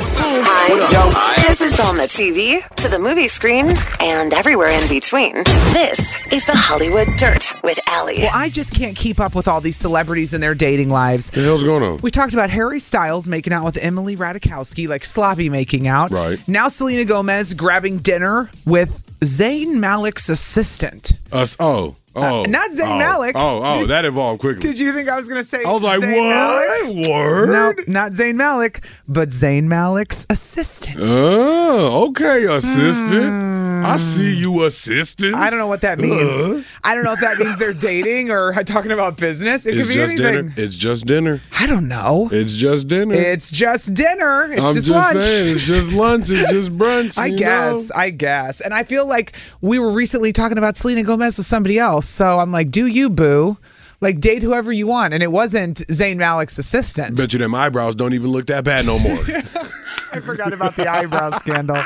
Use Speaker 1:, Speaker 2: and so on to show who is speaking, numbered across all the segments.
Speaker 1: Hi. This is on the TV, to the movie screen, and everywhere in between. This is the Hollywood Dirt with Allie.
Speaker 2: Well, I just can't keep up with all these celebrities and their dating lives.
Speaker 3: The hell's going on?
Speaker 2: We talked about Harry Styles making out with Emily Radikowski, like sloppy making out.
Speaker 3: Right.
Speaker 2: Now Selena Gomez grabbing dinner with Zayn Malik's assistant.
Speaker 3: Us. Oh. Oh.
Speaker 2: Uh, not Zayn
Speaker 3: oh,
Speaker 2: Malik.
Speaker 3: Oh. Oh.
Speaker 2: Did-
Speaker 3: that evolved quickly.
Speaker 2: Did you think I was going to say
Speaker 3: I was like,
Speaker 2: Zayn Malik?
Speaker 3: what? Word.
Speaker 2: No, not Zayn Malik, but Zayn Malik's assistant.
Speaker 3: Oh. Okay. Assistant. I see you, assistant.
Speaker 2: Hmm. I don't know what that means.
Speaker 3: Uh.
Speaker 2: I don't know if that means they're dating or talking about business. It
Speaker 3: It's
Speaker 2: could be
Speaker 3: just
Speaker 2: anything.
Speaker 3: dinner. It's just dinner.
Speaker 2: I don't know.
Speaker 3: It's just dinner.
Speaker 2: It's just dinner. It's
Speaker 3: I'm
Speaker 2: just,
Speaker 3: just,
Speaker 2: lunch.
Speaker 3: saying. It's just lunch. It's just brunch.
Speaker 2: I
Speaker 3: you
Speaker 2: guess.
Speaker 3: know?
Speaker 2: I guess. And I feel like we were recently talking about Selena Gomez with somebody else. So I'm like, do you, boo? Like, date whoever you want. And it wasn't Zayn Malik's assistant.
Speaker 3: Bet you them eyebrows don't even look that bad no more.
Speaker 2: I forgot about the eyebrow scandal.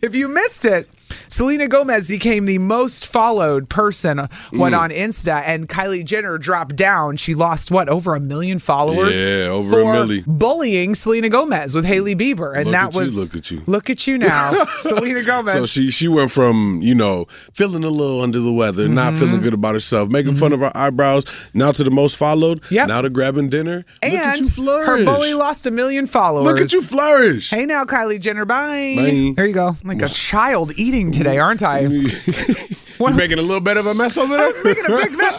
Speaker 2: If you missed it, Selena Gomez became the most followed person when
Speaker 3: Mm.
Speaker 2: on Insta, and Kylie Jenner dropped down. She lost what over a million followers.
Speaker 3: Yeah, over a
Speaker 2: for
Speaker 3: milli.
Speaker 2: Bullying Selena Gomez with Haley Bieber, and
Speaker 3: Look
Speaker 2: that
Speaker 3: at you,
Speaker 2: was
Speaker 3: look at you.
Speaker 2: Look at you now, Selena Gomez.
Speaker 3: So she she went from you know feeling a little under the weather,
Speaker 2: Mm-hmm.
Speaker 3: not feeling good about herself, making fun of her eyebrows, now to the most followed,
Speaker 2: Yep.
Speaker 3: now to grabbing dinner.
Speaker 2: and
Speaker 3: Look at you flourish.
Speaker 2: her bully lost a million followers.
Speaker 3: Look at you flourish.
Speaker 2: Hey now, Kylie Jenner. Bye.
Speaker 3: Bye.
Speaker 2: There you go. I'm like a child eating today, aren't I?
Speaker 3: You're making a little bit of a mess over
Speaker 2: I
Speaker 3: there.
Speaker 2: was making a big mess.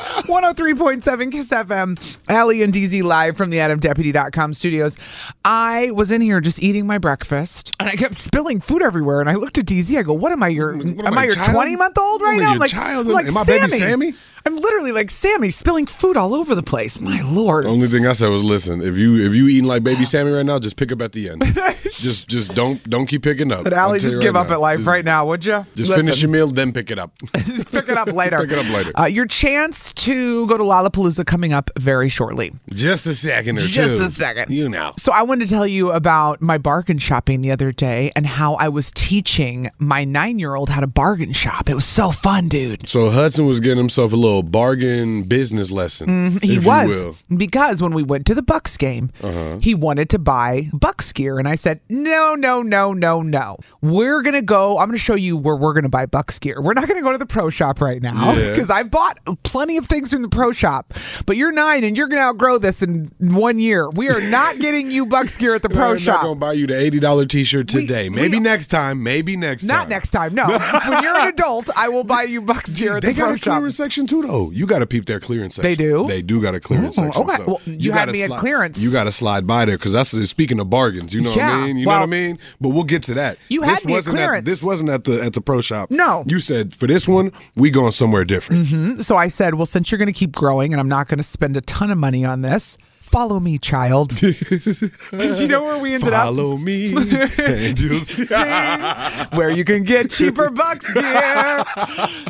Speaker 2: 103.7 Kiss FM. Allie and DZ live from the AdamDeputy.com studios. I was in here just eating my breakfast and I kept spilling food everywhere. And I looked at DZ. I go, What am I, your,
Speaker 3: What
Speaker 2: am, I, your
Speaker 3: child?
Speaker 2: 20 month old
Speaker 3: What
Speaker 2: right
Speaker 3: am I,
Speaker 2: now?
Speaker 3: your
Speaker 2: I'm like,
Speaker 3: child?
Speaker 2: I'm like
Speaker 3: Am I
Speaker 2: Sammy.
Speaker 3: baby Sammy? Mm.
Speaker 2: I'm literally like Sammy spilling food all over the place. My Lord.
Speaker 3: The only thing I said was, listen, if you if you eating like baby Sammy right now, just pick up at the end. just just don't don't keep picking up.
Speaker 2: But
Speaker 3: I'll
Speaker 2: Allie,
Speaker 3: tell
Speaker 2: just
Speaker 3: you
Speaker 2: give
Speaker 3: right
Speaker 2: up
Speaker 3: now.
Speaker 2: at life
Speaker 3: Just-
Speaker 2: right now, would you?
Speaker 3: Just finish your meal, then pick it up.
Speaker 2: Pick it up later.
Speaker 3: Pick it up later.
Speaker 2: Uh, your chance to go to Lollapalooza coming up very shortly.
Speaker 3: just a second or two.
Speaker 2: Just a second.
Speaker 3: You know.
Speaker 2: So I wanted to tell you about my bargain shopping the other day and how I was teaching my nine-year-old how to bargain shop. It was so fun, dude.
Speaker 3: So Hudson was getting himself a little bargain business lesson.
Speaker 2: Mm, He
Speaker 3: if you
Speaker 2: was
Speaker 3: will. Uh-huh.
Speaker 2: because when we went to the Bucks game, he wanted to buy Bucks gear, and I said, "No, no, no, no, no. We're gonna go. I'm gonna show you where we're gonna buy Bucks gear. We're not gonna go to the pro shop right now
Speaker 3: Yeah.
Speaker 2: because I bought plenty of things from the pro shop. But you're nine, and you're gonna outgrow this in one year. We are not getting you Bucks gear at the pro
Speaker 3: I'm
Speaker 2: shop.
Speaker 3: not gonna buy you the eighty dollar t shirt
Speaker 2: We-
Speaker 3: today.
Speaker 2: we-
Speaker 3: maybe next time. Maybe next time.
Speaker 2: Not next time. No. when you're an adult, I will buy you bucks here at
Speaker 3: They
Speaker 2: the pro
Speaker 3: got a
Speaker 2: shop.
Speaker 3: clearance section too, though. You got to peep their clearance section.
Speaker 2: They do?
Speaker 3: They do got a clearance
Speaker 2: Oh,
Speaker 3: section.
Speaker 2: okay.
Speaker 3: so
Speaker 2: Well, you had
Speaker 3: gotta
Speaker 2: me at
Speaker 3: sli-
Speaker 2: clearance.
Speaker 3: You got to slide by there because that's speaking of bargains. You know what
Speaker 2: Yeah,
Speaker 3: I mean? You
Speaker 2: well-
Speaker 3: know what I mean? But we'll get to that.
Speaker 2: You had me at
Speaker 3: wasn't
Speaker 2: clearance.
Speaker 3: this wasn't at the at the pro shop.
Speaker 2: No.
Speaker 3: You said for this one we going somewhere different.
Speaker 2: Mm-hmm. So I said, well, since you're going to keep growing and I'm not going to spend a ton of money on this, follow me, child. Do you know where we ended up?
Speaker 3: Follow me, and you'll see.
Speaker 2: See? where you can get cheaper bucks gear.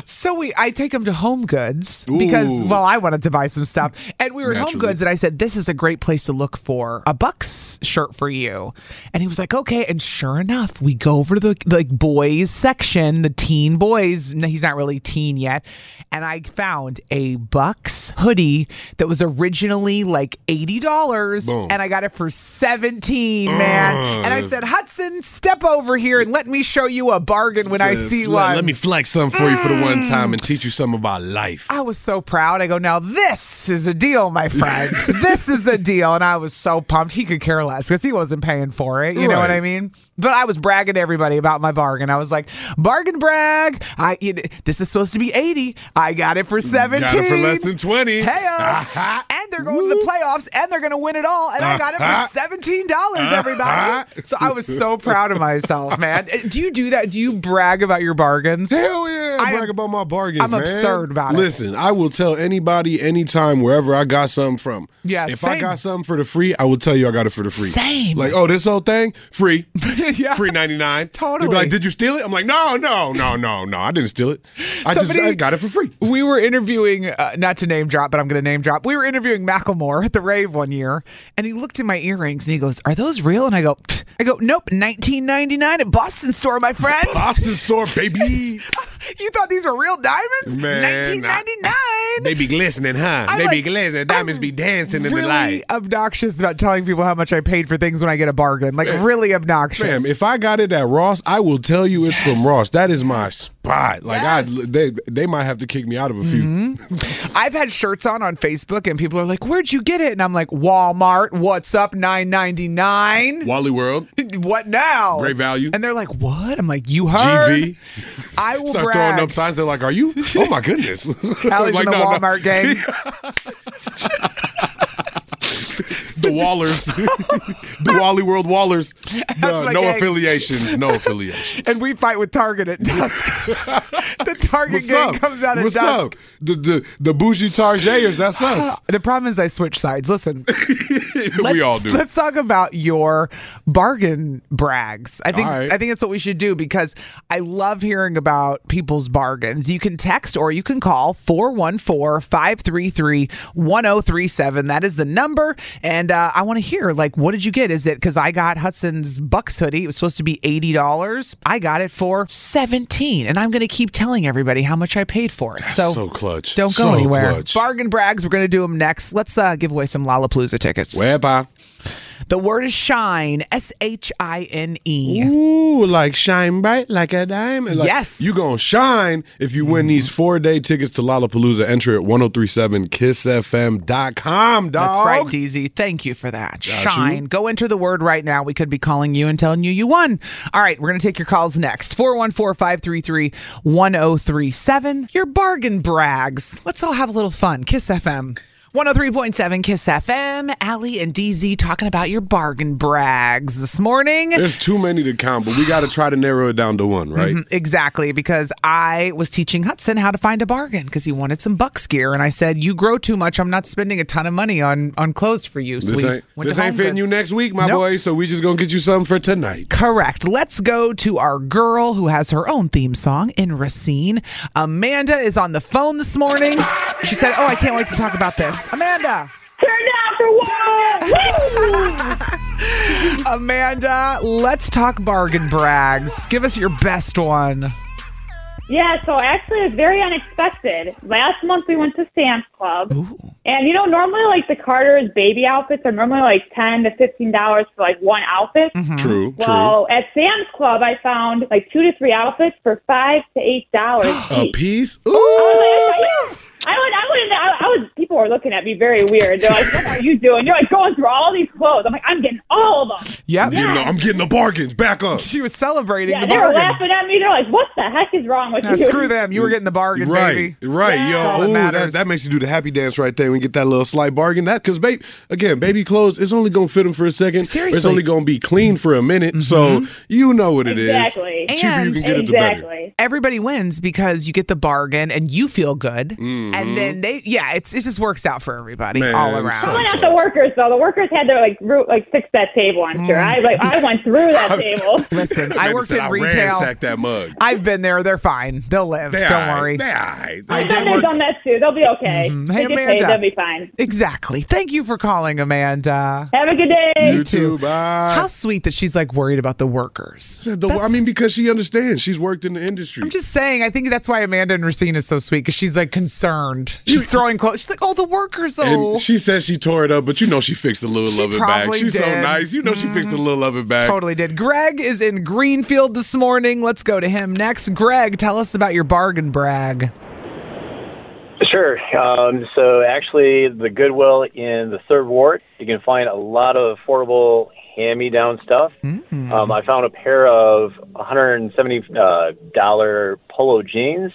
Speaker 2: so we, I take him to Home Goods because,
Speaker 3: Ooh.
Speaker 2: well, I wanted to buy some stuff, and we were at Home
Speaker 3: Naturally.
Speaker 2: Goods, and I said, "This is a great place to look for a Bucks shirt for you," and he was like, "Okay." And sure enough, we go over to the like boys section, the teen boys. No, he's not really teen yet, and I found a Bucks hoodie that was originally like 80s eighty dollars,
Speaker 3: Boom.
Speaker 2: and I got it for seventeen, man. And I said, Hudson, step over here and let me show you a bargain when I
Speaker 3: Said,
Speaker 2: see Mm.
Speaker 3: "Let-
Speaker 2: one.
Speaker 3: Let me flex something for you for the one time and teach you something about life.
Speaker 2: I was so proud. I go, now this is a deal, my friend. this is a deal. And I was so pumped. He could care less because he wasn't paying for it. You know what
Speaker 3: Right.
Speaker 2: I mean? But I was bragging to everybody about my bargain. I was like, bargain brag. I you know, this is supposed to be 80. I got it for 17.
Speaker 3: Got it for less than 20.
Speaker 2: Hey, uh,
Speaker 3: Uh-huh.
Speaker 2: and they're going to the playoffs and they're going to win it all. And I got it
Speaker 3: Uh-huh.
Speaker 2: for seventeen dollars, everybody.
Speaker 3: Uh-huh.
Speaker 2: So I was so proud of myself, man. Uh, Do you do that? Do you brag about your bargains?
Speaker 3: Hell yeah! I
Speaker 2: I am-
Speaker 3: brag about my bargains.
Speaker 2: I'm
Speaker 3: man.
Speaker 2: absurd about it.
Speaker 3: Listen, I will tell anybody, anytime, wherever I got something from.
Speaker 2: Yeah,
Speaker 3: If I
Speaker 2: same.
Speaker 3: got something for the free, I will tell you I got it for the free.
Speaker 2: Same.
Speaker 3: Like, oh, this whole thing free,
Speaker 2: yeah.
Speaker 3: free ninety nine.
Speaker 2: Totally.
Speaker 3: They'd be like, did you steal it? I'm like, no, no, no, no, no. I didn't steal it. I just I got it for free.
Speaker 2: We were interviewing, uh, not to name drop, but I'm going to name drop. We were interviewing Macklemore at the rave one year, and he looked at my earrings and he goes, "Are those real?" And I go, "Pfft." "I go, nope, 19.99 at Boston store, my friend."
Speaker 3: Boston store, baby.
Speaker 2: you thought these were real diamonds?
Speaker 3: Man,
Speaker 2: 19.99.
Speaker 3: they be glistening, huh?
Speaker 2: I'm
Speaker 3: they be
Speaker 2: like,
Speaker 3: glistening. The diamonds
Speaker 2: I'm
Speaker 3: be dancing in
Speaker 2: really
Speaker 3: the light.
Speaker 2: obnoxious about telling people how much I paid for things when I get a bargain. Like really obnoxious.
Speaker 3: Fam, if I got it at Ross, I will tell you it's from Ross. That is my spot. Like I,
Speaker 2: Yes. Mm-hmm.
Speaker 3: they they might have to kick me out of a few.
Speaker 2: I've had shirts on on Facebook and people are like, "Where'd you get it?" And I'm like, "Walmart. What's up? 9.99."
Speaker 3: Wally World,
Speaker 2: What now?
Speaker 3: Great value.
Speaker 2: Oh. And they're like, "What?" I'm like, "You heard."
Speaker 3: GV.
Speaker 2: I will
Speaker 3: Start throwing
Speaker 2: brag.
Speaker 3: up signs. They're like, "Are you? Oh my goodness!"
Speaker 2: Allie's
Speaker 3: like,
Speaker 2: in the
Speaker 3: "No, no."
Speaker 2: Walmart gang.
Speaker 3: the Wallers, the Wally World Wallers. No,
Speaker 2: my
Speaker 3: no
Speaker 2: gang.
Speaker 3: affiliations. No affiliations.
Speaker 2: and we fight with Target at dusk. the Target
Speaker 3: What's
Speaker 2: gang
Speaker 3: up?
Speaker 2: comes out at
Speaker 3: What's
Speaker 2: dusk. Ah,
Speaker 3: up? The the the bougie Tarjayers. That's us.
Speaker 2: The problem is I switch sides. Listen,
Speaker 3: we all do.
Speaker 2: Let's talk about your bargain brags. I think
Speaker 3: All right.
Speaker 2: I think that's what we should do because I love hearing about people's bargains. You can text or you can call 414-533-1037. That is the number and uh, I want to hear like what did you get? Is it cuz I got Hudson's Bucks hoodie. It was supposed to be $80. I got it for 17 and I'm going to keep telling everybody how much I paid for it. so
Speaker 3: so clutch.
Speaker 2: Don't go
Speaker 3: So
Speaker 2: anywhere.
Speaker 3: clutch.
Speaker 2: Bargain brags. We're going to do them next. Let's uh, give away some Lollapalooza tickets.
Speaker 3: Whereby.
Speaker 2: The word is shine. S H I N E.
Speaker 3: Ooh, like shine bright like a diamond. Like,
Speaker 2: Yes. Mm-hmm.
Speaker 3: You gonna shine if you win these four day tickets to Lollapalooza. Enter at 1037kissfm.com, dog.
Speaker 2: That's right, DZ. Thank you for that.
Speaker 3: you.
Speaker 2: Shine. Go enter the word right now. We could be calling you and telling you you won. All right, we're going to take your calls next. 414 533 1037. Your bargain brags. Let's all have a little fun. Kiss FM. 103.7 Kiss FM. Allie and DZ talking about your bargain brags this morning.
Speaker 3: There's too many to count, but we gotta try to narrow it down to one, right?
Speaker 2: Mm-hmm. Exactly, because I was teaching Hudson how to find a bargain because he wanted some Bucks gear, and I said, "You grow too much. I'm not spending a ton of money on on clothes for you." So
Speaker 3: This
Speaker 2: we
Speaker 3: ain't,
Speaker 2: went
Speaker 3: this
Speaker 2: to
Speaker 3: ain't
Speaker 2: Home
Speaker 3: fitting you
Speaker 2: Goods.
Speaker 3: next week, my
Speaker 2: Nope.
Speaker 3: boy, so we just gonna get you something for tonight.
Speaker 2: Correct. Let's go to our girl who has her own theme song in Racine. Amanda is on the phone this morning. She said, "Oh, I can't wait to talk about this." Amanda.
Speaker 4: Turn down for what?
Speaker 2: Amanda, let's talk bargain brags. Give us your best one.
Speaker 4: yeah, so actually, it's very unexpected. Last month, we went to Sam's Club. And, you know, normally, like, the Carter's baby outfits are normally, like, 10 to $15 for, like, one outfit.
Speaker 2: Mm-hmm.
Speaker 3: True, true.
Speaker 4: Well, at Sam's Club, I found, like, two to three outfits for 5 to $8
Speaker 3: A
Speaker 4: each.
Speaker 3: piece? Ooh.
Speaker 4: Oh, I would, I wouldn't, I, I was, people were looking at me very weird. They're like, what are you doing? You're, like, going through all these clothes. I'm like, I'm getting all of them.
Speaker 2: Yep.
Speaker 3: You know, I'm getting the bargains. Back up.
Speaker 2: She was celebrating
Speaker 4: Yeah,
Speaker 2: the
Speaker 4: they were
Speaker 2: bargain.
Speaker 4: laughing at me. They're like, what the heck is wrong with
Speaker 2: Now,
Speaker 4: you?
Speaker 2: screw them. You were getting the bargain,
Speaker 3: right,
Speaker 2: baby.
Speaker 3: Right, yo.
Speaker 2: all that
Speaker 3: Ooh, that,
Speaker 2: matters.
Speaker 3: that makes you do the happy dance right there and get that little slight bargain. That because babe, again, baby clothes, it's only gonna fit them for a second.
Speaker 2: Seriously. Mm-hmm.
Speaker 3: it's only gonna be clean for a minute. So you know what it is.
Speaker 4: Exactly.
Speaker 3: Cheaper you
Speaker 2: And-
Speaker 3: can get it, the better.
Speaker 4: Exactly.
Speaker 2: Everybody wins because you get the bargain and you feel good, and then they, yeah, it's it just works out for everybody
Speaker 3: Mm-hmm. Man,
Speaker 2: all
Speaker 3: so
Speaker 2: around.
Speaker 4: Not the workers though. The workers had their like root, like fix that table. I'm sure. I like I went through that table.
Speaker 2: Listen, I
Speaker 3: Amanda
Speaker 2: worked
Speaker 3: said,
Speaker 2: in retail.
Speaker 3: ransacked that mug.
Speaker 2: I've been there. They're fine. They'll live.
Speaker 3: They
Speaker 2: Don't
Speaker 3: all right,
Speaker 2: worry.
Speaker 3: They all right.
Speaker 4: I
Speaker 3: They
Speaker 4: bet
Speaker 3: work-
Speaker 4: they've done that too. They'll be okay.
Speaker 2: Hey,
Speaker 4: they get paid.
Speaker 2: Amanda.
Speaker 4: They'll be fine.
Speaker 2: Exactly. Thank you for calling, Amanda.
Speaker 4: Have a good day.
Speaker 3: You too. Bye.
Speaker 2: How sweet that she's like worried about the workers.
Speaker 3: The- I
Speaker 2: That's-
Speaker 3: mean, because she understands. She's worked in the industry.
Speaker 2: I'm just saying. I think that's why Amanda and Racine is so sweet because she's like concerned. She's throwing clothes. She's like, all the workers. Oh,
Speaker 3: And she said she tore it up, but you know she fixed a little
Speaker 2: She
Speaker 3: of it back.
Speaker 2: probably
Speaker 3: She's so
Speaker 2: did. Mm-hmm.
Speaker 3: nice. You know she fixed a little of it back.
Speaker 2: totally did. Greg is in Greenfield this morning. Let's go to him next. Greg, tell us about your bargain brag.
Speaker 5: Sure. Um, so actually, the Goodwill in the Third Ward, you can find a lot of affordable hand-me-down stuff.
Speaker 3: Mm.
Speaker 5: Um, I found a pair of 170 uh, dollar polo jeans,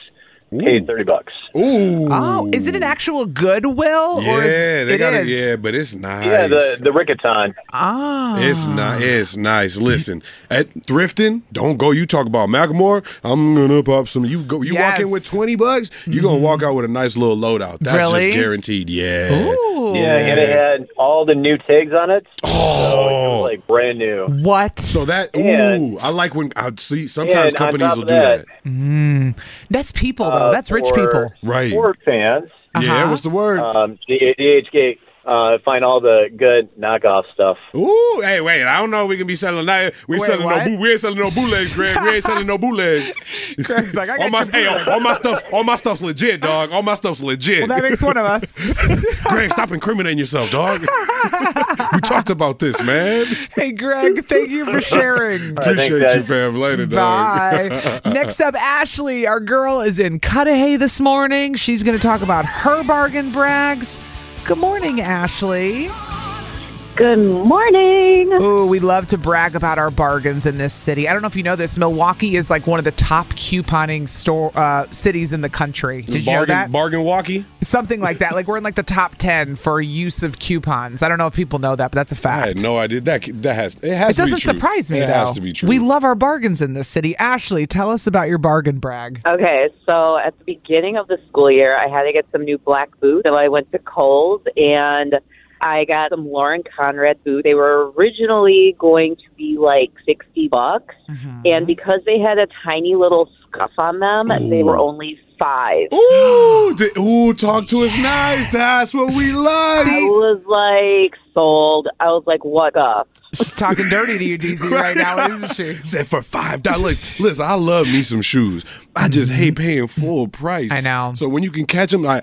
Speaker 5: paid 30 bucks.
Speaker 3: Ooh.
Speaker 2: Oh, is it an actual Goodwill?
Speaker 3: Yeah,
Speaker 2: or is,
Speaker 3: they
Speaker 2: it
Speaker 3: got
Speaker 2: is?
Speaker 3: Yeah, but it's nice.
Speaker 5: Yeah, the the Rickaton.
Speaker 2: Ah,
Speaker 3: It's not. It's nice. Listen, at thrifting, don't go. You talk about Macklemore. I'm gonna pop some. You go. You walk
Speaker 2: Yes.
Speaker 3: in
Speaker 2: Mm-hmm.
Speaker 3: with twenty bucks. You gonna walk out with a nice little loadout. That's
Speaker 2: Really?
Speaker 3: just guaranteed. Yeah.
Speaker 2: Ooh.
Speaker 5: Yeah, and it had all the new tags on it. So it was
Speaker 3: Oh.
Speaker 5: like brand new.
Speaker 2: what?
Speaker 3: So that. Ooh,
Speaker 5: And-
Speaker 3: I like when I see. Sometimes
Speaker 5: on
Speaker 3: companies
Speaker 5: top
Speaker 3: will
Speaker 5: of
Speaker 3: do that.
Speaker 5: that,
Speaker 2: Mm.
Speaker 5: uh,
Speaker 2: That's people though. That's rich
Speaker 5: for
Speaker 2: people.
Speaker 3: Right.
Speaker 5: Sport fans.
Speaker 3: Yeah.
Speaker 2: Uh-huh.
Speaker 3: What's the word?
Speaker 5: Um, the DHgate. Uh, find all the good knockoff stuff.
Speaker 3: Ooh, hey, wait! I don't know. if We can be selling that. We
Speaker 2: Wait,
Speaker 3: selling
Speaker 2: what?
Speaker 3: no. Boot, we ain't selling no bootlegs, Greg. We ain't selling no bootlegs.
Speaker 2: Greg's like, I got
Speaker 3: all my,
Speaker 2: your
Speaker 3: hey,
Speaker 2: bootleg.
Speaker 3: all my stuff, all my stuff's legit, dog. All my stuff's legit.
Speaker 2: Well, that makes one of us.
Speaker 3: Greg, stop incriminating yourself, dog. we talked about this, man.
Speaker 2: hey, Greg, thank you for sharing.
Speaker 3: Appreciate
Speaker 5: guys.
Speaker 3: you, fam. Later, dog.
Speaker 2: Bye. Next up, Ashley, our girl, is in Cudahy this morning. She's going to talk about her bargain brags. Good morning, Ashley.
Speaker 6: Good morning.
Speaker 2: Ooh, we love to brag about our bargains in this city. I don't know if you know this. Milwaukee is like one of the top couponing store uh, cities in the country. Did you know
Speaker 3: bargain,
Speaker 2: that?
Speaker 3: bargain walkie.
Speaker 2: Something like that. Like we're in like the top ten for use of coupons. I don't know if people know that, but that's a
Speaker 3: I
Speaker 2: fact.
Speaker 3: had no idea. That that has it has.
Speaker 2: It
Speaker 3: to be
Speaker 2: doesn't
Speaker 3: true.
Speaker 2: surprise me
Speaker 3: It
Speaker 2: though.
Speaker 3: has to be true.
Speaker 2: We love our bargains in this city. Ashley, tell us about your bargain brag.
Speaker 6: Okay, so at the beginning of the school year, I had to get some new black boots. So I went to Kohl's and I got some Lauren Conrad boots. They were originally going to be like 60 bucks.
Speaker 2: Mm-hmm.
Speaker 6: And because they had a tiny little scuff on them, they were only five.
Speaker 3: Ooh, the, ooh, talk to us nice. That's what we like.
Speaker 6: I was like sold. I was like, what up?
Speaker 2: She's talking dirty to you, DZ, right now, isn't she?
Speaker 3: Said for five dollars. Listen, I love me some shoes. I just hate paying full price.
Speaker 2: Mm-hmm. I know.
Speaker 3: So when you can catch them, I,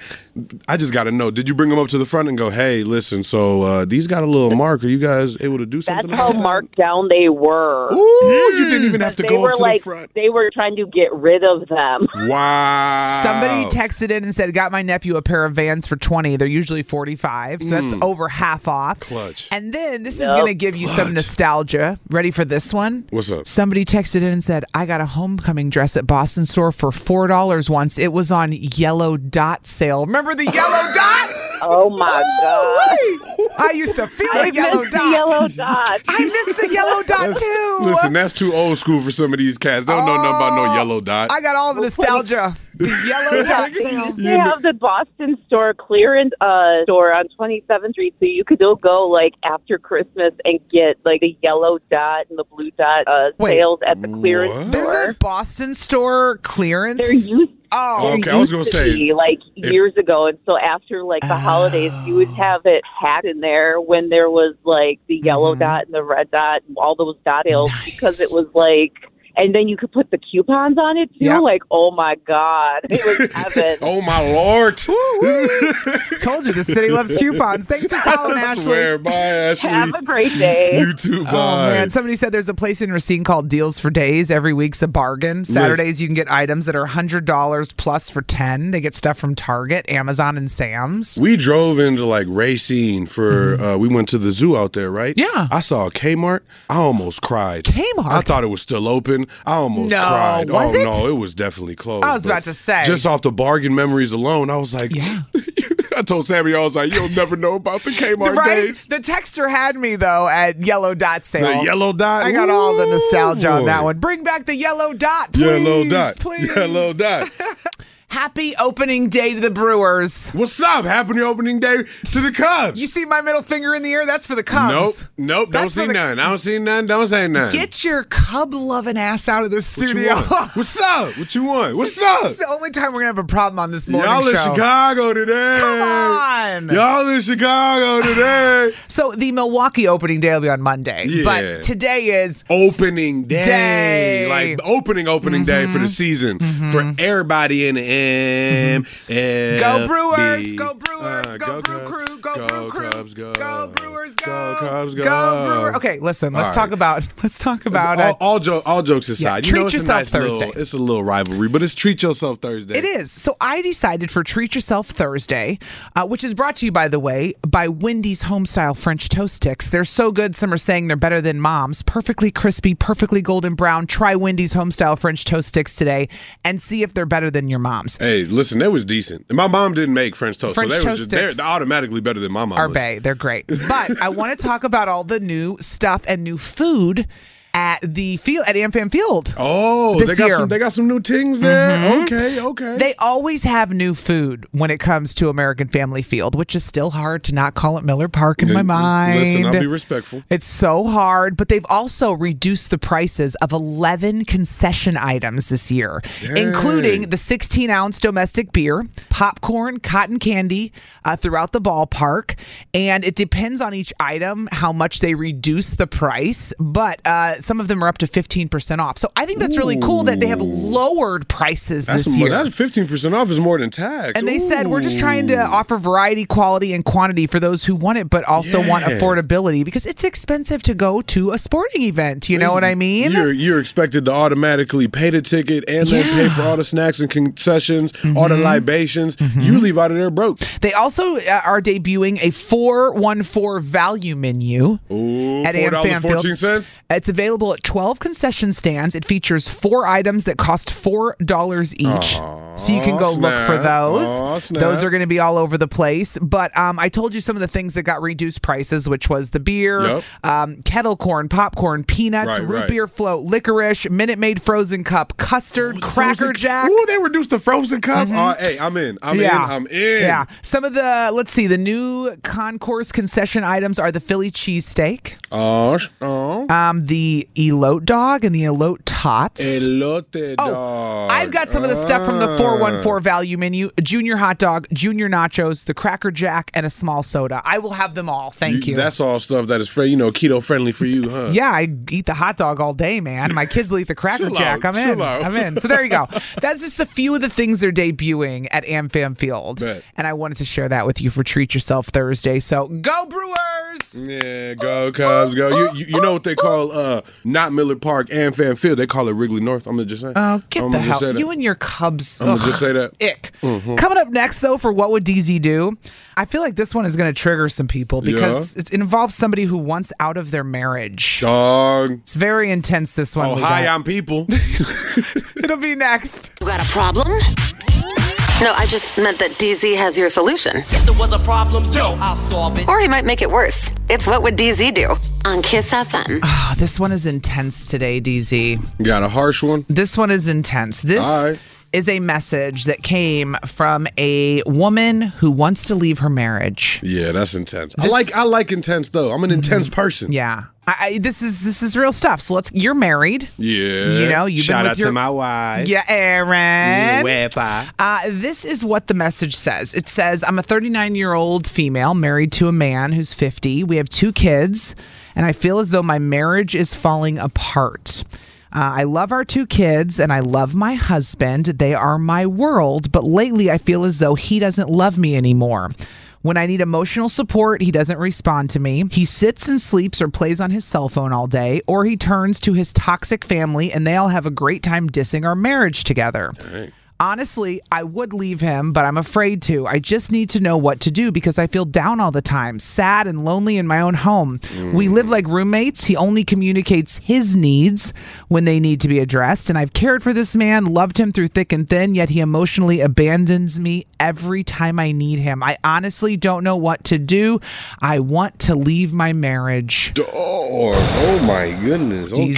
Speaker 3: I just got to know. Did you bring them up to the front and go, "Hey, listen, so uh, these got a little mark. Are you guys able to do something?"
Speaker 6: That's how
Speaker 3: about
Speaker 6: marked down they were.
Speaker 3: That? Ooh, you didn't even have to
Speaker 6: they
Speaker 3: go
Speaker 6: were
Speaker 3: up to
Speaker 6: like
Speaker 3: the front.
Speaker 6: they were trying to get rid of them.
Speaker 3: Wow.
Speaker 2: Somebody texted in and said, "Got my nephew a pair of Vans for twenty. They're usually forty-five, so that's over half off."
Speaker 3: Hmm. Clutch.
Speaker 2: And then this is going to give you some
Speaker 3: Clutch.
Speaker 2: nostalgia. Ready for this one?
Speaker 3: What's up?
Speaker 2: Somebody texted in and said, "I got a homecoming dress at Boston store for four dollars once. It was on yellow dot sale. Remember the yellow dot?
Speaker 6: Oh my god.
Speaker 2: I used to feel the yellow
Speaker 6: missed
Speaker 2: dot.
Speaker 6: The yellow dot.
Speaker 2: I miss the yellow dot
Speaker 3: That's-
Speaker 2: too.
Speaker 3: Listen, that's too old school for some of these cats. They don't know nothing about no yellow dot.
Speaker 2: I got all the nostalgia. The yellow dot sale.
Speaker 6: They have the Boston store clearance uh, store on 27th Street, so you could still go like after Christmas and get like the yellow dot and the blue dot uh,
Speaker 2: Wait,
Speaker 6: sales at the clearance
Speaker 3: what?
Speaker 6: store.
Speaker 2: There's a Boston store clearance.
Speaker 6: They're used.
Speaker 2: Oh,
Speaker 6: they're
Speaker 3: Okay, I was
Speaker 6: used
Speaker 3: gonna
Speaker 6: to
Speaker 3: say,
Speaker 6: be, like
Speaker 3: if-
Speaker 6: years ago, and so after like the holidays, you would have it hacked in there when there was like the yellow dot and the red dot, and all those dot ales because it was like. And then you could put the coupons on it too.
Speaker 2: Yep.
Speaker 6: Like, oh my god, it was heaven.
Speaker 3: oh my lord!
Speaker 2: told you the city loves coupons. Thanks for calling,
Speaker 3: I
Speaker 2: Ashley.
Speaker 3: swear, bye, Ashley.
Speaker 6: Have a great day.
Speaker 3: you too, bye.
Speaker 2: Oh man! Somebody said there's a place in Racine called Deals for Days. Every week's a bargain. Saturdays you can get items that are hundred dollars plus for ten. They get stuff from Target, Amazon, and Sam's.
Speaker 3: We drove into like Racine for uh, we went to the zoo out there, right?
Speaker 2: Mm-hmm. Yeah.
Speaker 3: I saw a Kmart. I almost cried.
Speaker 2: Kmart?
Speaker 3: I thought it was still open. I almost
Speaker 2: No,
Speaker 3: cried.
Speaker 2: was
Speaker 3: oh
Speaker 2: it?
Speaker 3: no, it was definitely closed.
Speaker 2: I was
Speaker 3: but
Speaker 2: about to say.
Speaker 3: Just off the bargain memories alone, I was like I told Sammy, I was like, you'll never know about the Kmart
Speaker 2: right?
Speaker 3: days.
Speaker 2: The texter had me though at Yellow Dot
Speaker 3: The
Speaker 2: sale.
Speaker 3: yellow dot.
Speaker 2: I got all the nostalgia on that
Speaker 3: Ooh.
Speaker 2: one. Bring back the yellow dot, please.
Speaker 3: Yellow dot.
Speaker 2: Please.
Speaker 3: Yellow dot.
Speaker 2: Happy opening day to the Brewers.
Speaker 3: What's up? Happy opening day to the Cubs.
Speaker 2: You see my middle finger in the air? That's for the
Speaker 3: nope.
Speaker 2: Cubs.
Speaker 3: Nope.
Speaker 2: That's
Speaker 3: don't
Speaker 2: for
Speaker 3: see
Speaker 2: the-
Speaker 3: none. I don't see none. Don't say none.
Speaker 2: Get your cub loving ass out of the
Speaker 3: what you
Speaker 2: studio.
Speaker 3: want? What's up? What you want? What's up?
Speaker 2: It's the only time we're gonna have a problem on this morning
Speaker 3: Y'all
Speaker 2: show.
Speaker 3: in Chicago today.
Speaker 2: Come on.
Speaker 3: Y'all in Chicago today.
Speaker 2: So the Milwaukee opening day will be on Monday,
Speaker 3: Yeah.
Speaker 2: but today is
Speaker 3: opening day.
Speaker 2: Day. Mm-hmm.
Speaker 3: Like opening opening day for the season for everybody in the M L
Speaker 2: Mm-hmm. Go Brewers,
Speaker 3: B.
Speaker 2: go Brewers,
Speaker 3: Uh,
Speaker 2: go, Brew Crew, go, Brew Crew,
Speaker 3: Cubs, go.
Speaker 2: go Brewers, go,
Speaker 3: Go Cubs, go.
Speaker 2: Brewer. Okay, listen, let's
Speaker 3: All
Speaker 2: talk about let's talk about
Speaker 3: all,
Speaker 2: uh,
Speaker 3: all, jo- all jokes
Speaker 2: Yeah,
Speaker 3: aside,
Speaker 2: treat
Speaker 3: you know, it's
Speaker 2: yourself
Speaker 3: a nice little-
Speaker 2: Thursday.
Speaker 3: it's a little rivalry, but it's treat yourself Thursday.
Speaker 2: It is. So I decided for Treat Yourself Thursday, uh, which is brought to you, by the way, by Wendy's Homestyle French Toast Sticks. They're so good. Some are saying they're better than mom's. Perfectly crispy, perfectly golden brown. Try Wendy's Homestyle French Toast Sticks today and see if they're better than your mom's.
Speaker 3: Hey, listen, that was decent. And my mom didn't make French toast,
Speaker 2: French
Speaker 3: so they
Speaker 2: toast
Speaker 3: was just, they're,
Speaker 2: sticks
Speaker 3: they're automatically better than my mom.
Speaker 2: Are bae. They're great. But I want to talk about all the new stuff and new food at the field at AmFam Field.
Speaker 3: Oh,
Speaker 2: this
Speaker 3: they got
Speaker 2: year.
Speaker 3: some. They got some new things there.
Speaker 2: Mhm.
Speaker 3: Okay, okay.
Speaker 2: They always have new food when it comes to American Family Field, which is still hard to not call it Miller Park in my mind.
Speaker 3: Listen, I'll be respectful.
Speaker 2: It's so hard, but they've also reduced the prices of 11 concession items this year, including the 16 ounce domestic beer, popcorn, cotton candy uh, throughout the ballpark. And it depends on each item how much they reduce the price, but uh, some of them are up to 15% off. So I think that's really cool that they have lowered prices
Speaker 3: That's
Speaker 2: this
Speaker 3: more-
Speaker 2: year.
Speaker 3: That's fifteen percent off is more than tax.
Speaker 2: And they said we're just trying to
Speaker 3: Ooh.
Speaker 2: offer variety, quality, and quantity for those who want it, but also want
Speaker 3: Yeah.
Speaker 2: affordability because it's expensive to go to a sporting event. You know what I mean?
Speaker 3: You're you're expected to automatically pay the ticket and then pay for all the snacks and concessions, all the libations. You leave out of there broke.
Speaker 2: Mm-hmm. They also uh, are debuting a 414 value menu at
Speaker 3: four
Speaker 2: AM
Speaker 3: dollars
Speaker 2: Fan Field.
Speaker 3: fourteen cents.
Speaker 2: It's available at 12 concession stands. It features four items that cost $4 each. so you can go look for
Speaker 3: snap.
Speaker 2: those.
Speaker 3: Aw, snap.
Speaker 2: those are going to be all over the place. But um, I told you some of the things that got reduced prices, which was the beer,
Speaker 3: Yep.
Speaker 2: um, kettle corn, popcorn, peanuts,
Speaker 3: Right,
Speaker 2: root
Speaker 3: right.
Speaker 2: beer float, licorice, Minute Maid frozen cup, custard, cracker
Speaker 3: Frozen-
Speaker 2: jack. Mm-hmm.
Speaker 3: Ooh, they reduced the frozen cup. Uh, hey, I'm in. I'm in. I'm in.
Speaker 2: Yeah. Some of the, let's see, the new concourse concession items are the Philly cheesesteak,
Speaker 3: Oh, sh- oh.
Speaker 2: um, the elote dog, and the elote tots.
Speaker 3: Elote
Speaker 2: Oh,
Speaker 3: dog. Ah.
Speaker 2: I've got some of the stuff from the 414 value menu junior hot dog, junior nachos, the Cracker Jack, and a small soda. I will have them all. Thank you.
Speaker 3: That's all stuff that is, fr- you know, keto friendly for you, huh?
Speaker 2: yeah, I eat the hot dog all day, man. My kids will eat the Cracker
Speaker 3: Chill
Speaker 2: Jack.
Speaker 3: out,
Speaker 2: I'm in.
Speaker 3: chill out.
Speaker 2: I'm in. So there you go. That's just a few of the things they're debuting at AmFam Field.
Speaker 3: Bet.
Speaker 2: And I wanted to share that with you for Treat Yourself Thursday. So go Brewers!
Speaker 3: Yeah, go Cubs, go. You, you you know what they call uh not Miller Park and Fan Field? They call it Wrigley North. I'm gonna just say.
Speaker 2: Oh, get
Speaker 3: I'm
Speaker 2: the
Speaker 3: gonna just say
Speaker 2: hell.
Speaker 3: that.
Speaker 2: You and your Cubs.
Speaker 3: I'm gonna
Speaker 2: Ugh.
Speaker 3: just say that. Mm-hmm.
Speaker 2: Ick. Coming up next, though, for what would DZ do? I feel like this one is going to trigger some people because it involves somebody who wants out of their marriage.
Speaker 3: Dog.
Speaker 2: It's very intense. This one.
Speaker 3: Oh,
Speaker 2: we
Speaker 3: hi,
Speaker 2: got.
Speaker 3: I'm people.
Speaker 2: It'll be next.
Speaker 1: Got a problem? No, I just meant that DZ has your solution.
Speaker 7: If there was a problem, yo, I'll solve it.
Speaker 1: Or he might make it worse. It's What Would DZ Do on Kiss FM.
Speaker 2: Ah, this one is intense today, DZ.
Speaker 3: Got a harsh one.
Speaker 2: This one is intense. This
Speaker 3: All right.
Speaker 2: is a message that came from a woman who wants to leave her marriage.
Speaker 3: Yeah, that's intense. I
Speaker 2: This-
Speaker 3: like I like intense though. I'm an intense person.
Speaker 2: Yeah. I, I, this is this is real stuff. So let's. You're married.
Speaker 3: Yeah.
Speaker 2: You know, you've been
Speaker 3: Shout
Speaker 2: with
Speaker 3: out
Speaker 2: your-
Speaker 3: to my wife.
Speaker 2: Yeah, Aaron.
Speaker 3: Wi-Fi.
Speaker 2: Uh, this is what the message says. It says, I'm a 39 year old female married to a man who's 50. We have two kids, and I feel as though my marriage is falling apart. Uh, I love our two kids and I love my husband. They are my world, but lately I feel as though he doesn't love me anymore. When I need emotional support, he doesn't respond to me. He sits and sleeps or plays on his cell phone all day, or he turns to his toxic family and they all have a great time dissing our marriage together. Honestly, I would leave him, but I'm afraid to. I just need to know what to do because I feel down all the time, sad and lonely in my own home. We live like roommates. He only communicates his needs when they need to be addressed. And I've cared for this man, loved him through thick and thin, yet he emotionally abandons me every time I need him. I honestly don't know what to do. I want to leave my marriage.
Speaker 3: Dog. Oh my goodness. Okay.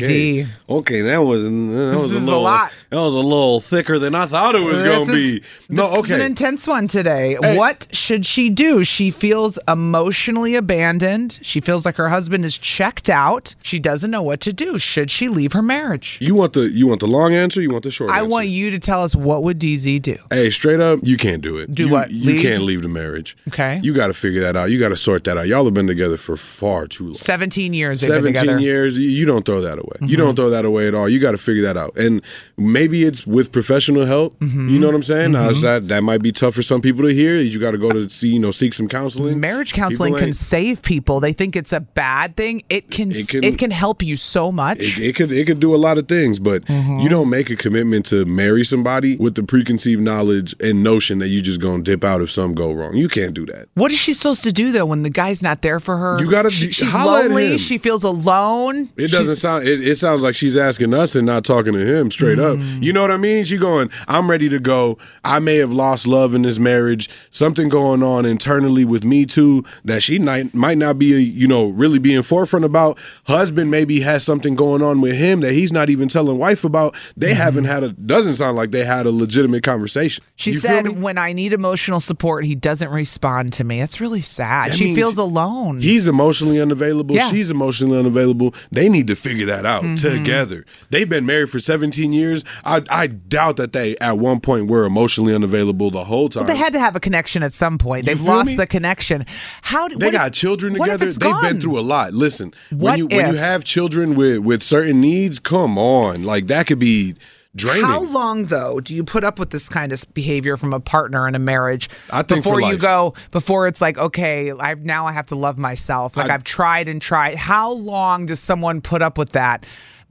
Speaker 2: DZ.
Speaker 3: Okay, that was that was
Speaker 2: is a
Speaker 3: a little
Speaker 2: lot.
Speaker 3: That was a little thicker than I thought it was
Speaker 2: This
Speaker 3: gonna
Speaker 2: is-
Speaker 3: be. No,
Speaker 2: this is an
Speaker 3: okay.
Speaker 2: intense one today. What should she do? She feels emotionally abandoned. She feels like her husband is checked out. She doesn't know what to do. Should she leave her marriage?
Speaker 3: You want the you want the long answer? You want the short
Speaker 2: I
Speaker 3: answer?
Speaker 2: want you to tell us what would DZ do?
Speaker 3: Hey, straight up, you can't do it.
Speaker 2: Do
Speaker 3: you,
Speaker 2: what?
Speaker 3: You
Speaker 2: Leave?
Speaker 3: can't leave the marriage.
Speaker 2: Okay.
Speaker 3: You got to figure that out. You got to sort that out. Y'all have been together for far too long.
Speaker 2: 17 years they've been
Speaker 3: 17
Speaker 2: together. Mm-hmm.
Speaker 3: years, you- you don't throw that away. You don't throw that away at all. You got to figure that out. And maybe it's with professional help.
Speaker 2: Mm-hmm.
Speaker 3: You know what I'm saying? Now, is that that might be tough for some people to hear. You got to go to see, you know, seek some counseling.
Speaker 2: Marriage counseling
Speaker 3: People
Speaker 2: can
Speaker 3: ain't-
Speaker 2: save people. They think it's a bad thing. It can it
Speaker 3: It
Speaker 2: can,
Speaker 3: can-
Speaker 2: help you so much.
Speaker 3: It, it could it could do a lot of things, but
Speaker 2: Mm-hmm.
Speaker 3: you don't make a commitment to marry somebody with the preconceived knowledge and notion that you just gonna dip out if something go wrong. You can't do that.
Speaker 2: What is she supposed to do though when the guy's not there for her?
Speaker 3: You gotta
Speaker 2: She,
Speaker 3: be-
Speaker 2: she's
Speaker 3: holla at
Speaker 2: lonely.
Speaker 3: him.
Speaker 2: She feels alone.
Speaker 3: It doesn't sound. It, it sounds like she's asking us and not talking to him straight
Speaker 2: Mm.
Speaker 3: up. You know what I mean? She going, I'm ready to go. I may have lost love in this marriage. Something going on internally with me too that she might might not be, you know, really being forefront about. Husband maybe has something going on with him that he's not even telling wife about. They
Speaker 2: Mm-hmm.
Speaker 3: haven't had a. Doesn't sound like they had a legitimate conversation.
Speaker 2: She
Speaker 3: You feel me?
Speaker 2: said, "When I need emotional support, he doesn't respond to me. That's really sad.
Speaker 3: That
Speaker 2: she
Speaker 3: means
Speaker 2: feels alone.
Speaker 3: He's emotionally unavailable.
Speaker 2: Um, Yeah. Mm-hmm.
Speaker 3: She's emotionally unavailable. They need to figure that out together. They've been married for 17 years. I, I doubt that they, at one point, were emotionally unavailable the whole time.
Speaker 2: Well, they had to have a connection at some point. They've
Speaker 3: feel
Speaker 2: lost
Speaker 3: me?
Speaker 2: the connection. How do
Speaker 3: They
Speaker 2: what if-
Speaker 3: got children
Speaker 2: what if
Speaker 3: together.
Speaker 2: it's
Speaker 3: They've been
Speaker 2: gone?
Speaker 3: through a lot. Listen,
Speaker 2: What
Speaker 3: when you when you
Speaker 2: if-
Speaker 3: have children with with certain needs, come on, like that could be draining.
Speaker 2: How long though do you put up with this kind of behavior from a partner in a marriage
Speaker 3: I think for
Speaker 2: before you
Speaker 3: life.
Speaker 2: go before it's like okay I have now I have to love myself like I,
Speaker 3: I-
Speaker 2: have tried and tried how long does someone put up with that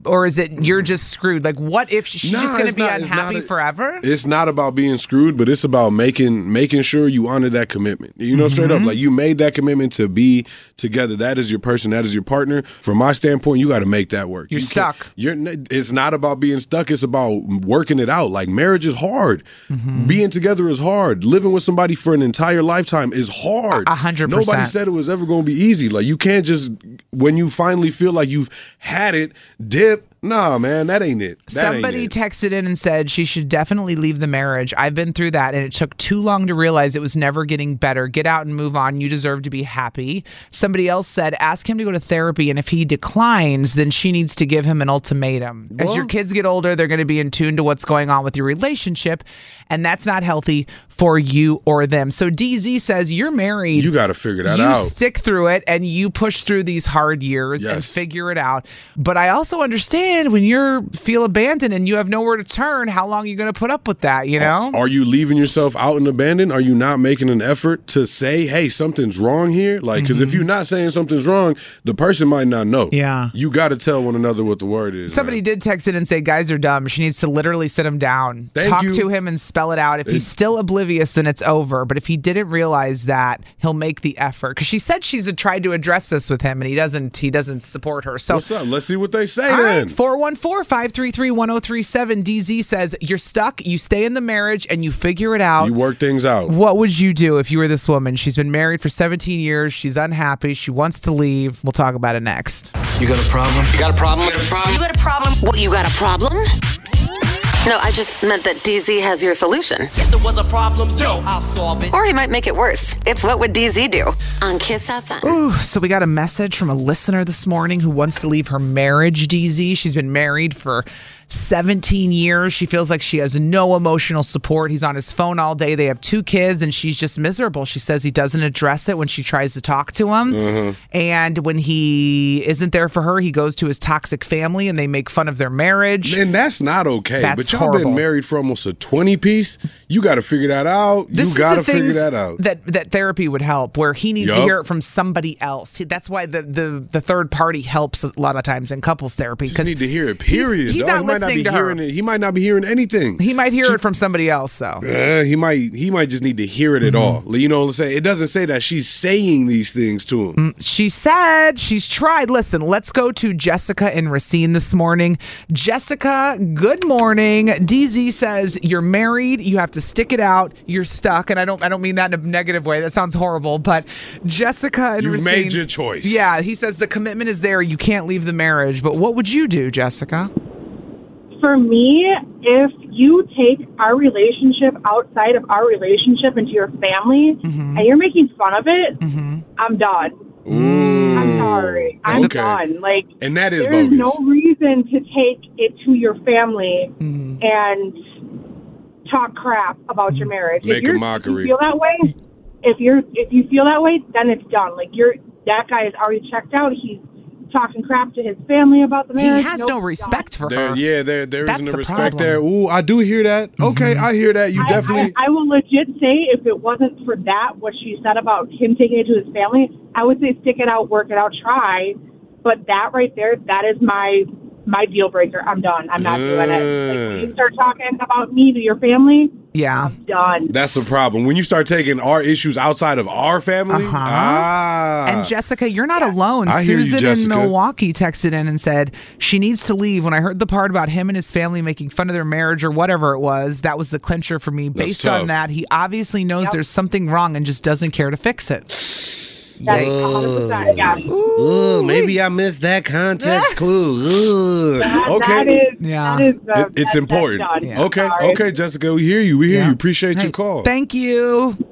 Speaker 2: or is it you're just screwed like what if she's
Speaker 3: Mm. Nah,
Speaker 2: just going to
Speaker 3: it's
Speaker 2: be
Speaker 3: not- it's
Speaker 2: unhappy
Speaker 3: not a-
Speaker 2: forever
Speaker 3: It's not about being screwed, but it's about making making sure you honor that commitment. You know, straight
Speaker 2: Mm-hmm.
Speaker 3: up, like you made that commitment to be together. That is your person. That is your partner. From my standpoint, you got to make that work.
Speaker 2: You're
Speaker 3: You can't-
Speaker 2: stuck.
Speaker 3: You're. n- It's not about being stuck. It's about working it out. Like marriage is hard.
Speaker 2: Mm-hmm.
Speaker 3: Being together is hard. Living with somebody for an entire lifetime is hard.
Speaker 2: A- a hundred
Speaker 3: Nobody
Speaker 2: percent.
Speaker 3: said it was ever going to be easy. Like you can't just when you finally feel like you've had it, dip. Nah, man, that ain't it. That ain't
Speaker 2: Somebody
Speaker 3: it.
Speaker 2: texted in and said she should definitely leave the marriage. I've been through that and it took too long to realize it was never getting better. Get out and move on. You deserve to be happy. Somebody else said ask him to go to therapy and if he declines, then she needs to give him an ultimatum. As your
Speaker 8: Well-
Speaker 2: kids get older, they're going to be in tune to what's going on with your relationship and that's not healthy for you or them. So DZ says you're married.
Speaker 3: You got to figure that
Speaker 2: you
Speaker 3: out.
Speaker 2: stick through it and you push through these hard years and
Speaker 3: Yes.
Speaker 2: figure it out. But I also understand when you feel abandoned and you have nowhere to turn, how long are you going to put up with that, you know?
Speaker 3: Are you leaving yourself out and abandoned? Are you not making an effort to say, hey, something's wrong here? Like, because if you're not saying something's wrong, the person might not know.
Speaker 2: Mm-hmm. Yeah.
Speaker 3: You got to tell one another what the word is.
Speaker 2: Somebody did text in and say, guys are dumb. She needs to literally sit him down,
Speaker 3: Thank
Speaker 2: talk
Speaker 3: you.
Speaker 2: to him, and spell it out. If he's still oblivious, then it's over. But if he didn't realize that, he'll make the effort. Because she said she's tried to address this with him, and he doesn't. He doesn't support her. So
Speaker 3: What's up? Let's see what they say
Speaker 2: All
Speaker 3: then.
Speaker 2: right, 414-533-1037 DZ says you're stuck, you stay in the marriage and you figure it out.
Speaker 3: You work things out.
Speaker 2: What would you do if you were this woman? She's been married for 17 years, she's unhappy, she wants to leave. We'll talk about it next.
Speaker 7: You got a problem? You got a problem? You got a problem?
Speaker 1: You got a problem? What, you got a problem? No, I just meant that DZ has your solution.
Speaker 7: If there was a problem, yo, I'll solve it.
Speaker 1: Or he might make it worse. It's What Would DZ Do on Kiss FM.
Speaker 2: Ooh, so we got a message from a listener this morning who wants to leave her marriage, DZ. She's been married for 17 years. She feels like she has no emotional support. He's on his phone all day. They have two kids and she's just miserable. She says he doesn't address it when she tries to talk to him. And when he isn't there for her, he goes to his toxic family and they make fun of their marriage.
Speaker 3: And that's not okay.
Speaker 2: That's
Speaker 3: but y'all
Speaker 2: horrible.
Speaker 3: been married for almost a 20 piece. You got to figure that out.
Speaker 2: This
Speaker 3: you got to
Speaker 2: is the
Speaker 3: figure
Speaker 2: things
Speaker 3: that out.
Speaker 2: That that therapy would help, where he needs to
Speaker 3: Yup.
Speaker 2: hear it from somebody else. He- That's why the, the the third party helps a lot of times in couples therapy
Speaker 3: Just
Speaker 2: because
Speaker 3: need to hear it, period.
Speaker 2: He's, he's
Speaker 3: dog.
Speaker 2: not
Speaker 3: He might
Speaker 2: listening
Speaker 3: be
Speaker 2: to her.
Speaker 3: hearing it. He might not be hearing anything.
Speaker 2: He might hear it from somebody else, though.
Speaker 3: Uh, he might he might just need to hear it at
Speaker 2: Mm-hmm.
Speaker 3: all. You know what I'm saying? It doesn't say that she's saying these things to him.
Speaker 2: She said she's tried. Listen, let's go to Jessica and Racine this morning. Jessica, good morning. DZ says you're married, you have to stick it out, you're stuck, and I don't I don't mean that in a negative way. That sounds horrible, but Jessica and
Speaker 3: You've
Speaker 2: Racine,
Speaker 3: made your choice.
Speaker 2: Yeah, he says the commitment is there. You can't leave the marriage. But what would you do, Jessica?
Speaker 9: For me, if you take our relationship outside of our relationship into your family and you're making fun of it, I'm done. I'm sorry. I'm
Speaker 3: Okay.
Speaker 9: done. Like
Speaker 3: And that is
Speaker 9: there's
Speaker 3: bogus.
Speaker 9: no reason to take it to your family and talk crap about your marriage.
Speaker 3: Make a
Speaker 9: if you're,
Speaker 3: mockery.
Speaker 9: If you feel that way, if you're if you feel that way, then it's done. Like you're that guy is already checked out. He's talking crap to his family about the marriage.
Speaker 2: has
Speaker 9: Nope,
Speaker 2: no respect for
Speaker 3: There,
Speaker 2: her.
Speaker 3: yeah, there there
Speaker 2: That's
Speaker 3: not a
Speaker 2: the
Speaker 3: respect
Speaker 2: problem. Mm-hmm.
Speaker 3: there. Ooh, I do hear that. Okay, I hear that. You
Speaker 9: I-
Speaker 3: definitely.
Speaker 9: I, I will legit say, if it wasn't for that, what she said about him taking it to his family, I would say stick it out, work it out, try. But that right there, that is my my deal breaker. I'm done. I'm not doing it. Like,
Speaker 3: Eh.
Speaker 9: when you start talking about me to your family,
Speaker 2: yeah.
Speaker 9: done.
Speaker 3: That's the problem. When you start taking our issues outside of our family, ah,
Speaker 2: Uh-huh. And Jessica, you're not alone.
Speaker 3: I hear you,
Speaker 2: Susan in
Speaker 3: Jessica.
Speaker 2: Milwaukee texted in and said she needs to leave. When I heard the part about him and his family making fun of their marriage or whatever it was, that was the clincher for me.
Speaker 3: That's
Speaker 2: Based
Speaker 3: tough.
Speaker 2: on that, he obviously knows there's something wrong and just doesn't care to fix it.
Speaker 9: That's 100%, yeah.
Speaker 8: Ooh, maybe I missed that context clue. Ooh.
Speaker 3: okay,
Speaker 2: yeah,
Speaker 9: uh,
Speaker 3: It- it's important.
Speaker 9: done. Yeah.
Speaker 3: Okay, okay, Jessica, we hear you. We hear you. Appreciate your call.
Speaker 2: Thank you. Mm-hmm.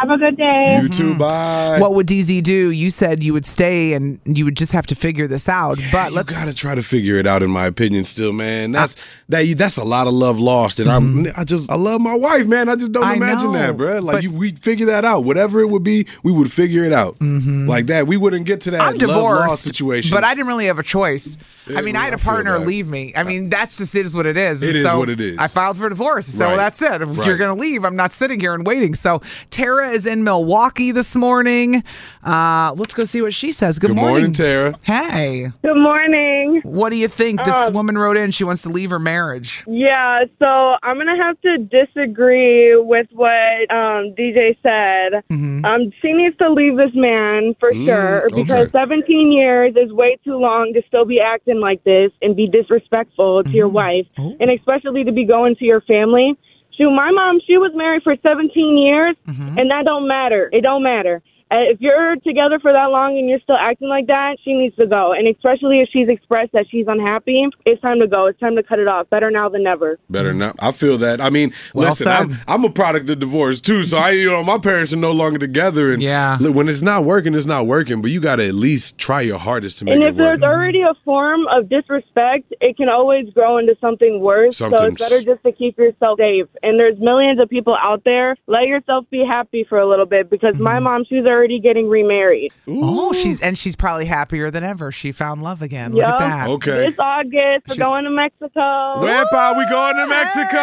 Speaker 9: Have a good day.
Speaker 3: you too. Bye.
Speaker 2: What would DZ do? You said you would stay and you would just have to figure this out. but let's
Speaker 3: gotta try to figure it out in my opinion still man that's that that's a lot of love lost and i'm i just i love my wife man i just don't
Speaker 2: Mm-hmm. I
Speaker 3: imagine
Speaker 2: know,
Speaker 3: that bro like
Speaker 2: but-
Speaker 3: you, we figure that out whatever it would be we would figure it out like that we wouldn't get to that
Speaker 2: Mm-hmm. I'm
Speaker 3: love
Speaker 2: divorced,
Speaker 3: lost situation
Speaker 2: but I didn't really have a choice.
Speaker 3: Yeah,
Speaker 2: I mean, I had
Speaker 3: I
Speaker 2: a
Speaker 3: feel
Speaker 2: partner
Speaker 3: that.
Speaker 2: leave me. I mean, that's just is what it is.
Speaker 3: It
Speaker 2: And
Speaker 3: is
Speaker 2: so
Speaker 3: what it is.
Speaker 2: I filed for divorce, so
Speaker 3: Right.
Speaker 2: that's it. If
Speaker 3: Right.
Speaker 2: you're gonna leave, I'm not sitting here and waiting. So Tara is in Milwaukee this morning. Uh, let's go see what she says. Good,
Speaker 3: Good morning, Tara.
Speaker 2: Hey.
Speaker 10: Good morning.
Speaker 2: What do you think? This
Speaker 10: Um,
Speaker 2: woman wrote in. She wants to leave her marriage.
Speaker 10: Yeah, so I'm going to have to disagree with what um, DJ said. Um, she needs to leave this man for
Speaker 11: Mm-hmm. Mm,
Speaker 10: sure because
Speaker 11: okay.
Speaker 10: 17 years is way too long to still be acting like this and be disrespectful to your
Speaker 11: Mm-hmm.
Speaker 10: wife
Speaker 11: Oh.
Speaker 10: and especially to be going to your family. Shoot, my mom, she was married for 17 years
Speaker 3: Mm-hmm.
Speaker 10: and that don't matter. It don't matter. Uh, If you're together for that long and you're still acting like that, she needs to go. And especially if she's expressed that she's unhappy, it's time to go. It's time to cut it off. Better now than never.
Speaker 3: Better not. I feel that. I mean,
Speaker 2: Well
Speaker 3: listen,
Speaker 2: said.
Speaker 3: I'm, I'm a product of divorce too. So I, you know, my parents are no longer together, and
Speaker 2: yeah,
Speaker 3: when it's not working, it's not working. But you got to at least try your hardest to make
Speaker 10: and
Speaker 3: it
Speaker 10: if
Speaker 3: work.
Speaker 10: there's already a form of disrespect, it can always grow into something worse. so
Speaker 3: Something
Speaker 10: it's better just to keep yourself safe. And there's millions of people out there. Let yourself be happy for a little bit because my
Speaker 3: Mm-hmm.
Speaker 10: mom, she's already getting remarried.
Speaker 2: Oh, she's and she's probably happier than ever. She found love again. Look
Speaker 10: Yup.
Speaker 2: at that.
Speaker 10: This August, we're going to Mexico.
Speaker 3: Grandpa, we going to Mexico.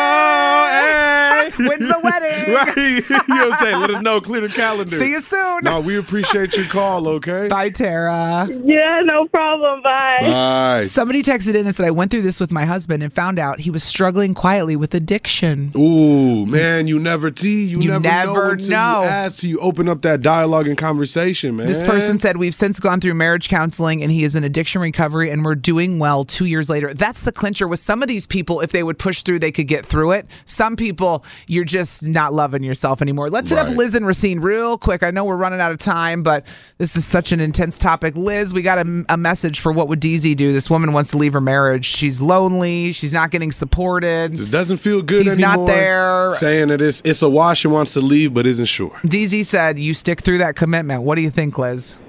Speaker 3: Hey.
Speaker 2: When's the wedding?
Speaker 3: right. You know what I'm saying? Let us know. Clear the calendar.
Speaker 2: See you soon.
Speaker 3: No, we appreciate your call, okay?
Speaker 2: Bye, Tara.
Speaker 10: Yeah, no problem. Bye.
Speaker 3: Bye.
Speaker 2: Somebody texted in and said, I went through this with my husband and found out he was struggling quietly with addiction.
Speaker 3: Ooh, man, you never tea. You,
Speaker 2: You
Speaker 3: never, know
Speaker 2: never
Speaker 3: until
Speaker 2: know.
Speaker 3: you ask, till you open up that dialogue and conversation, man.
Speaker 2: This person said, We've since gone through marriage counseling and he is in addiction recovery and we're doing well two years later. That's the clincher with some of these people. If they would push through, they could get through it. Some people, you're just not loving yourself anymore. Let's hit
Speaker 12: Right.
Speaker 2: up Liz and Racine real quick. I know we're running out of time, but this is such an intense topic. Liz, we got a, a message for what would DZ do? This woman wants to leave her marriage. She's lonely. She's not getting supported.
Speaker 3: Just doesn't feel good
Speaker 2: He's
Speaker 3: anymore.
Speaker 2: not there.
Speaker 3: Saying that it's, it's a wash and wants to leave, but isn't sure.
Speaker 2: DZ said, "You stick through that commitment." What do you think, Liz?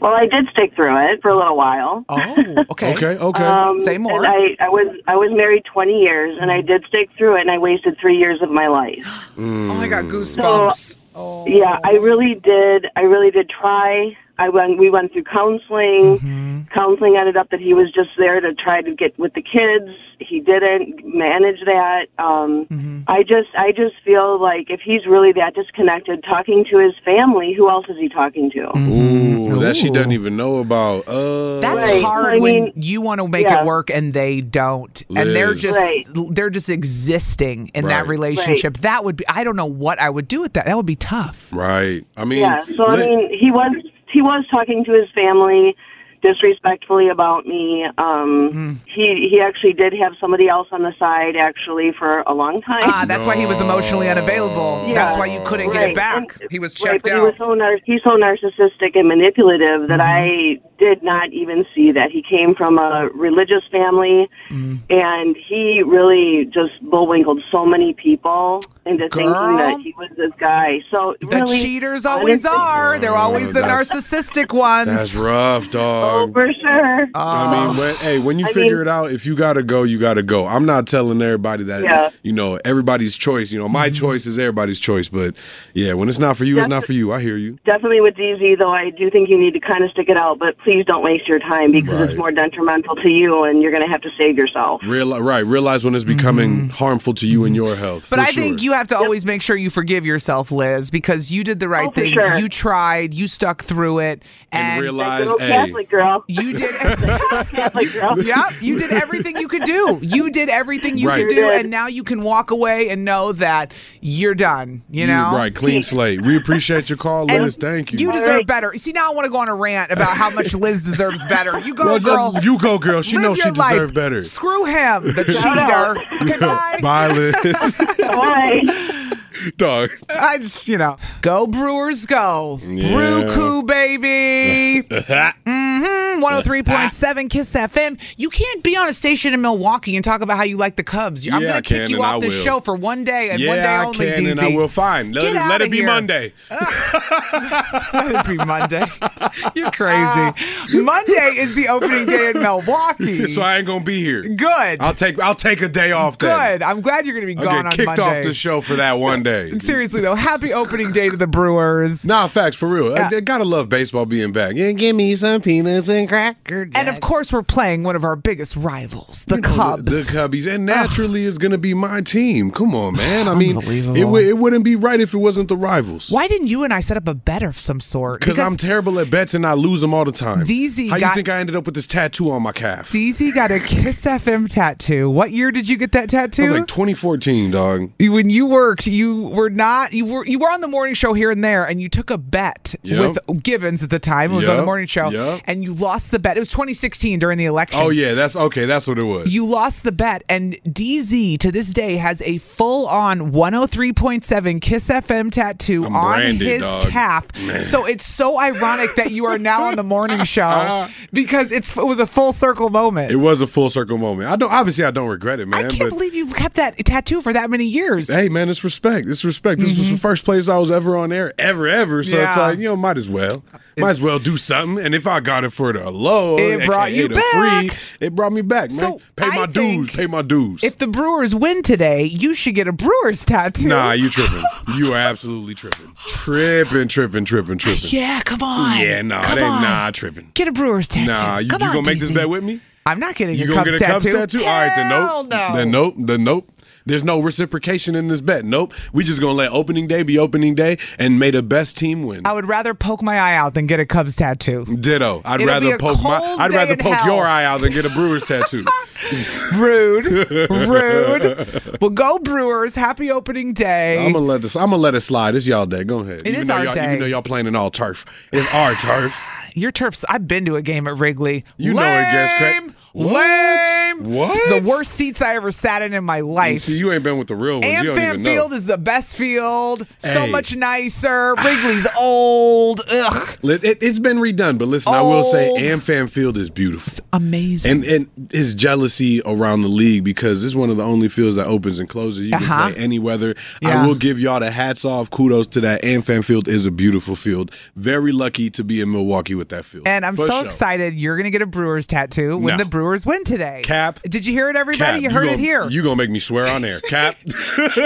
Speaker 11: Well, I did stick through it for a little while. Um,
Speaker 2: Oh, okay.
Speaker 3: Okay, okay.
Speaker 2: Say more.
Speaker 11: and I, I was I was married 20 years, and I did stick through it, and I wasted three years of my life.
Speaker 2: Oh, I got
Speaker 11: So,
Speaker 2: Oh.
Speaker 11: yeah, I really did. I really did try. I went. We went through counseling.
Speaker 2: Mm-hmm.
Speaker 11: Counseling ended up that he was just there to try to get with the kids. He didn't manage that. Um,
Speaker 2: Mm-hmm.
Speaker 11: I just, I just feel like if he's really that disconnected, talking to his family, who else is he talking to?
Speaker 3: Ooh, that she doesn't even know about. Uh,
Speaker 2: Mm-hmm. That's
Speaker 11: Right.
Speaker 2: hard
Speaker 11: I
Speaker 2: when
Speaker 11: mean,
Speaker 2: you want to make
Speaker 11: yeah.
Speaker 2: it work and they don't, and they're
Speaker 3: Liz.
Speaker 2: just
Speaker 11: Right.
Speaker 2: they're just existing in that
Speaker 3: Right.
Speaker 2: relationship. That would be. I don't know what I would do with that. That would be tough.
Speaker 3: Right. I mean,
Speaker 11: yeah. So I
Speaker 3: Liz-
Speaker 11: mean, he was he was talking to his family disrespectfully about me. Um,
Speaker 2: Hmm.
Speaker 11: He he actually did have somebody else on the side actually for a long time.
Speaker 2: Ah, that's why he was emotionally unavailable.
Speaker 11: Yeah.
Speaker 2: That's why you couldn't get it
Speaker 11: Right.
Speaker 2: back. he was
Speaker 11: Right,
Speaker 2: checked
Speaker 11: but he
Speaker 2: out.
Speaker 11: was so nar- he's so narcissistic and manipulative that
Speaker 2: Mm-hmm.
Speaker 11: I did not even see that he came from a religious family,
Speaker 2: Mm.
Speaker 11: and he really just bullwinkled so many people into
Speaker 2: Girl.
Speaker 11: thinking that he was this guy. So
Speaker 2: the
Speaker 11: really,
Speaker 2: cheaters always
Speaker 11: honestly-
Speaker 2: are. They're always the
Speaker 3: that's-
Speaker 2: narcissistic ones.
Speaker 3: That's rough, dog. dog.
Speaker 11: for sure.
Speaker 3: I
Speaker 2: Uh,
Speaker 3: mean, when, hey, when you
Speaker 11: I
Speaker 3: figure
Speaker 11: mean-
Speaker 3: it out, if you gotta go, you gotta go. I'm not telling everybody that.
Speaker 11: Yeah.
Speaker 3: You know, everybody's choice. You know, my
Speaker 2: Mm-hmm.
Speaker 3: choice is everybody's choice. But yeah, when it's not for you, it's not for you. I hear you.
Speaker 11: Definitely with DZ, though, I do think you need to kind of stick it out, but please don't waste your time because
Speaker 3: Right.
Speaker 11: it's more detrimental to you and you're going to have to save yourself.
Speaker 3: Real right. Realize when it's becoming harmful to you and your health.
Speaker 2: Mm-hmm. But
Speaker 3: for
Speaker 2: I
Speaker 3: sure.
Speaker 2: think you have to always make sure you forgive yourself, Liz, because you did the right
Speaker 11: for
Speaker 2: thing.
Speaker 11: sure.
Speaker 2: You tried, you stuck through it, and,
Speaker 3: realized, That little hey. Catholic
Speaker 11: girl.
Speaker 2: You did.
Speaker 11: Catholic girl.
Speaker 2: Yep, you did everything you could do. You did everything you
Speaker 3: Right.
Speaker 2: could do,
Speaker 3: You did.
Speaker 2: and now you can walk away and know that you're done. You know,
Speaker 3: right? Clean slate. We appreciate your call,
Speaker 2: And
Speaker 3: Liz. Thank you.
Speaker 2: You deserve better. See, now I want to go on a rant about how much Liz deserves better. You go,
Speaker 3: Well,
Speaker 2: girl.
Speaker 3: You go, girl. She
Speaker 2: Live
Speaker 3: knows she
Speaker 2: your life.
Speaker 3: deserves better.
Speaker 2: Screw him, the
Speaker 3: Shout out.
Speaker 2: cheater. Okay, bye.
Speaker 3: Bye, Liz. Dog.
Speaker 2: I just, you know, go Brewers, go. Brew Coup, baby. Mm-hmm. hmm 103.7 Kiss FM. You can't be on a station in Milwaukee and talk about how you like the Cubs. I'm
Speaker 3: Yeah, I
Speaker 2: going to kick
Speaker 3: can,
Speaker 2: you
Speaker 3: and I
Speaker 2: off this
Speaker 3: will.
Speaker 2: show for one day and
Speaker 3: yeah,
Speaker 2: one day
Speaker 3: I
Speaker 2: only,
Speaker 3: can,
Speaker 2: DZ.
Speaker 3: and I will find. Let,
Speaker 2: Get
Speaker 3: it, let
Speaker 2: outta
Speaker 3: it be
Speaker 2: here.
Speaker 3: Monday.
Speaker 2: Let it be Monday. You're crazy. Monday is the opening day in Milwaukee.
Speaker 3: so I ain't gonna be here.
Speaker 2: Good.
Speaker 3: I'll take I'll take a day off. Then.
Speaker 2: Good. I'm glad you're going to be
Speaker 3: I'll
Speaker 2: gone
Speaker 3: get
Speaker 2: on
Speaker 3: kicked
Speaker 2: Monday.
Speaker 3: off the show for that one day.
Speaker 2: Seriously though, happy opening day to the Brewers.
Speaker 3: Nah, facts for real.
Speaker 2: Yeah.
Speaker 3: I, I gotta love baseball being back. Yeah,
Speaker 8: Give me some peanuts and cracker.
Speaker 2: And of course, we're playing one of our biggest rivals, the Cubs.
Speaker 3: The Cubbies, and naturally, it's gonna be my team. Come on, man. I mean,
Speaker 2: Unbelievable.
Speaker 3: it, w- it wouldn't be right if it wasn't the rivals.
Speaker 2: Why didn't you and I set up a bet of some sort?
Speaker 3: Because I'm terrible at bets and I lose them all the time.
Speaker 2: DZ
Speaker 3: how
Speaker 2: got-
Speaker 3: you think I ended up with this tattoo on my calf?
Speaker 2: DZ got a Kiss FM tattoo. What year did you get that tattoo?
Speaker 3: It was like 2014, dog.
Speaker 2: You- when you worked, you were not you were you were on the morning show here and there, and you took a bet
Speaker 3: Yep.
Speaker 2: with Gibbons at the time. It was on the
Speaker 3: Yep.
Speaker 2: morning show,
Speaker 3: Yep.
Speaker 2: and you lost the bet. It was 2016 during the election.
Speaker 3: Oh yeah, that's okay. That's what it was.
Speaker 2: You lost the bet, and DZ to this day has a oh full on 103.7 Kiss FM tattoo
Speaker 3: I'm
Speaker 2: on
Speaker 3: branded,
Speaker 2: his
Speaker 3: dog.
Speaker 2: calf.
Speaker 3: Man.
Speaker 2: So it's so ironic that you are now on the morning show because it's it was a full circle moment.
Speaker 3: It was a full circle moment. I don't obviously I don't regret it, man.
Speaker 2: I can't
Speaker 3: but
Speaker 2: believe you kept that tattoo for that many years. Mm-hmm.
Speaker 3: hey man, it's respect. It's respect. This was the first place I was ever on air, ever, ever. So
Speaker 2: Yeah.
Speaker 3: it's like, you know, might as well. might as well do something. And if I got it for the low,
Speaker 2: It brought
Speaker 3: aka
Speaker 2: you
Speaker 3: the
Speaker 2: back.
Speaker 3: free, it brought me back, man.
Speaker 2: So,
Speaker 3: pay my
Speaker 2: I
Speaker 3: dues, pay my dues.
Speaker 2: If the Brewers win today, you should get a Brewers tattoo.
Speaker 3: Nah, you tripping. you are absolutely tripping. Tripping, tripping, tripping, tripping.
Speaker 2: Yeah, Ah, come on.
Speaker 3: Yeah, nah,
Speaker 2: Come
Speaker 3: it ain't
Speaker 2: on.
Speaker 3: nah tripping.
Speaker 2: Get a Brewers tattoo.
Speaker 3: Nah, you, you
Speaker 2: Come on,
Speaker 3: gonna make this
Speaker 2: DZ.
Speaker 3: bet with me?
Speaker 2: I'm not getting
Speaker 3: You
Speaker 2: a
Speaker 3: gonna
Speaker 2: Cubs
Speaker 3: get a Cubs
Speaker 2: tattoo.
Speaker 3: tattoo? All right, then nope.
Speaker 2: Hell no.
Speaker 3: Then nope. Then nope. There's no reciprocation in this bet. Nope. We just gonna let opening day be opening day and may the best team win.
Speaker 2: I would rather poke my eye out than get a Cubs tattoo.
Speaker 3: Ditto. I'd
Speaker 2: It'll be
Speaker 3: rather
Speaker 2: a
Speaker 3: poke my.
Speaker 2: cold
Speaker 3: I'd
Speaker 2: day
Speaker 3: rather
Speaker 2: in
Speaker 3: poke
Speaker 2: hell.
Speaker 3: your eye out than get a Brewers tattoo.
Speaker 2: Rude. Rude. Well, go Brewers. Happy opening day.
Speaker 3: I'm gonna let this. I'm gonna let it slide. It's y'all day. Go ahead.
Speaker 2: It
Speaker 3: even
Speaker 2: is
Speaker 3: though
Speaker 2: our
Speaker 3: y'all,
Speaker 2: day.
Speaker 3: Even though y'all playing in all turf, it's our turf.
Speaker 2: Your turfs. I've been to a game at Wrigley.
Speaker 3: You
Speaker 2: lame,
Speaker 3: know it gets cra- What?
Speaker 2: Lame.
Speaker 3: What?
Speaker 2: It's the worst seats I ever sat in in my life.
Speaker 3: See, you ain't been with the real ones. you don't
Speaker 2: AmFam
Speaker 3: even know.
Speaker 2: Field is the best field. So
Speaker 3: Hey. Ah.
Speaker 2: much nicer. Wrigley's old. Ugh.
Speaker 3: Li- It, it's been redone, but listen, I will say
Speaker 2: Old.
Speaker 3: AmFam Field is beautiful. It's
Speaker 2: Oh. amazing.
Speaker 3: And and his jealousy around the league because it's one of the only fields that opens and closes. You
Speaker 2: Uh-huh.
Speaker 3: can play any weather.
Speaker 2: Yeah.
Speaker 3: I will give y'all the hats off. Kudos to that. AmFam Field is a beautiful field. Very lucky to be in Milwaukee with that field.
Speaker 2: And I'm
Speaker 3: For
Speaker 2: so
Speaker 3: sure.
Speaker 2: excited. You're going to get a Brewers tattoo when
Speaker 3: No.
Speaker 2: the Brewers win today.
Speaker 3: Cap.
Speaker 2: Did you hear it, everybody?
Speaker 3: Cap,
Speaker 2: you heard
Speaker 3: gonna,
Speaker 2: it here.
Speaker 3: You gonna make me swear on air, Cap?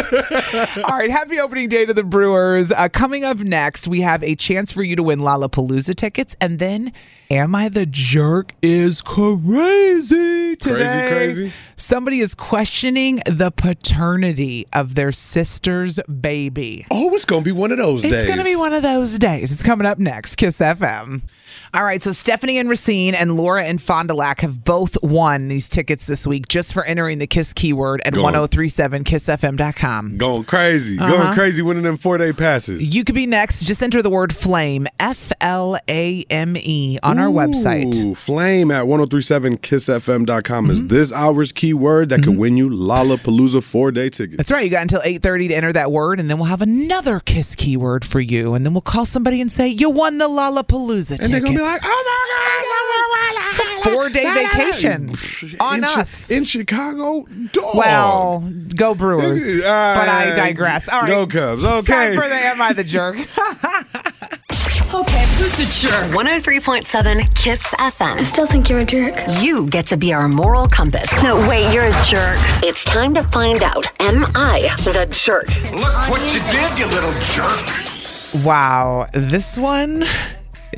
Speaker 2: All right, happy opening day to the Brewers. Uh, coming up next, we have a chance for you to win Lollapalooza tickets, and then Am I the Jerk is crazy today.
Speaker 3: crazy?
Speaker 2: Somebody is questioning the paternity of their sister's baby.
Speaker 3: oh, it's gonna be one of those days.
Speaker 2: It's going to be one of those days. It's coming up next, Kiss FM. All right, so Stephanie and Racine and Laura and Fond du Lac have both won these tickets this week just for entering the Kiss keyword at
Speaker 3: Go on.
Speaker 2: 1037kissfm.com.
Speaker 3: Going crazy,
Speaker 2: Uh-huh.
Speaker 3: going crazy, winning them four day passes.
Speaker 2: You could be next. Just enter the word flame, F L A M E, on our website. Mm-hmm.
Speaker 3: Ooh, flame at 1037kissfm.com is this hour's keyword that could win you Lollapalooza four day tickets.
Speaker 2: That's right. You got until 8:30 to enter that word and then we'll have another kiss keyword for you and then we'll call somebody and say you won the Lollapalooza tickets.
Speaker 3: And they're gonna be like, "Ah, oh
Speaker 2: It's a 4-day vacation on
Speaker 3: in Chi-
Speaker 2: us.
Speaker 3: in Chicago, dog.
Speaker 2: Well, go Brewers.
Speaker 3: All
Speaker 2: But I
Speaker 3: right.
Speaker 2: digress. All right.
Speaker 3: Go uh, Cubs.
Speaker 2: It's Time
Speaker 3: Okay.
Speaker 2: for the Am I the Jerk?
Speaker 1: Okay, who's the jerk? 103.7 Kiss FM. I still think you're a jerk. You get to be our moral compass. No, wait, you're a jerk. It's time to find out Am I the jerk?
Speaker 12: Look what you did, you little jerk.
Speaker 2: Wow, this one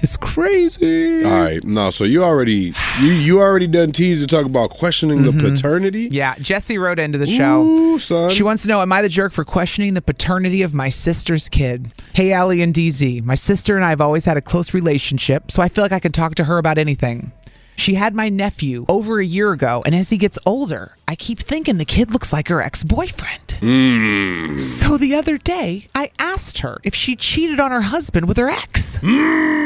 Speaker 2: is crazy.
Speaker 3: All right, no. So you already you you already done teased to talk about questioning the
Speaker 2: Mhm.
Speaker 3: paternity.
Speaker 2: Yeah, Jesse wrote into the show. She wants to know, am I the jerk for questioning the paternity of my sister's kid? Hey, Allie and DZ, my sister and I have always had a close relationship, so I feel like I can talk to her about anything. She had my nephew over a year ago, and as he gets older, I keep thinking the kid looks like her ex boyfriend.
Speaker 12: Mm.
Speaker 2: So the other day, I asked her if she cheated on her husband with her ex.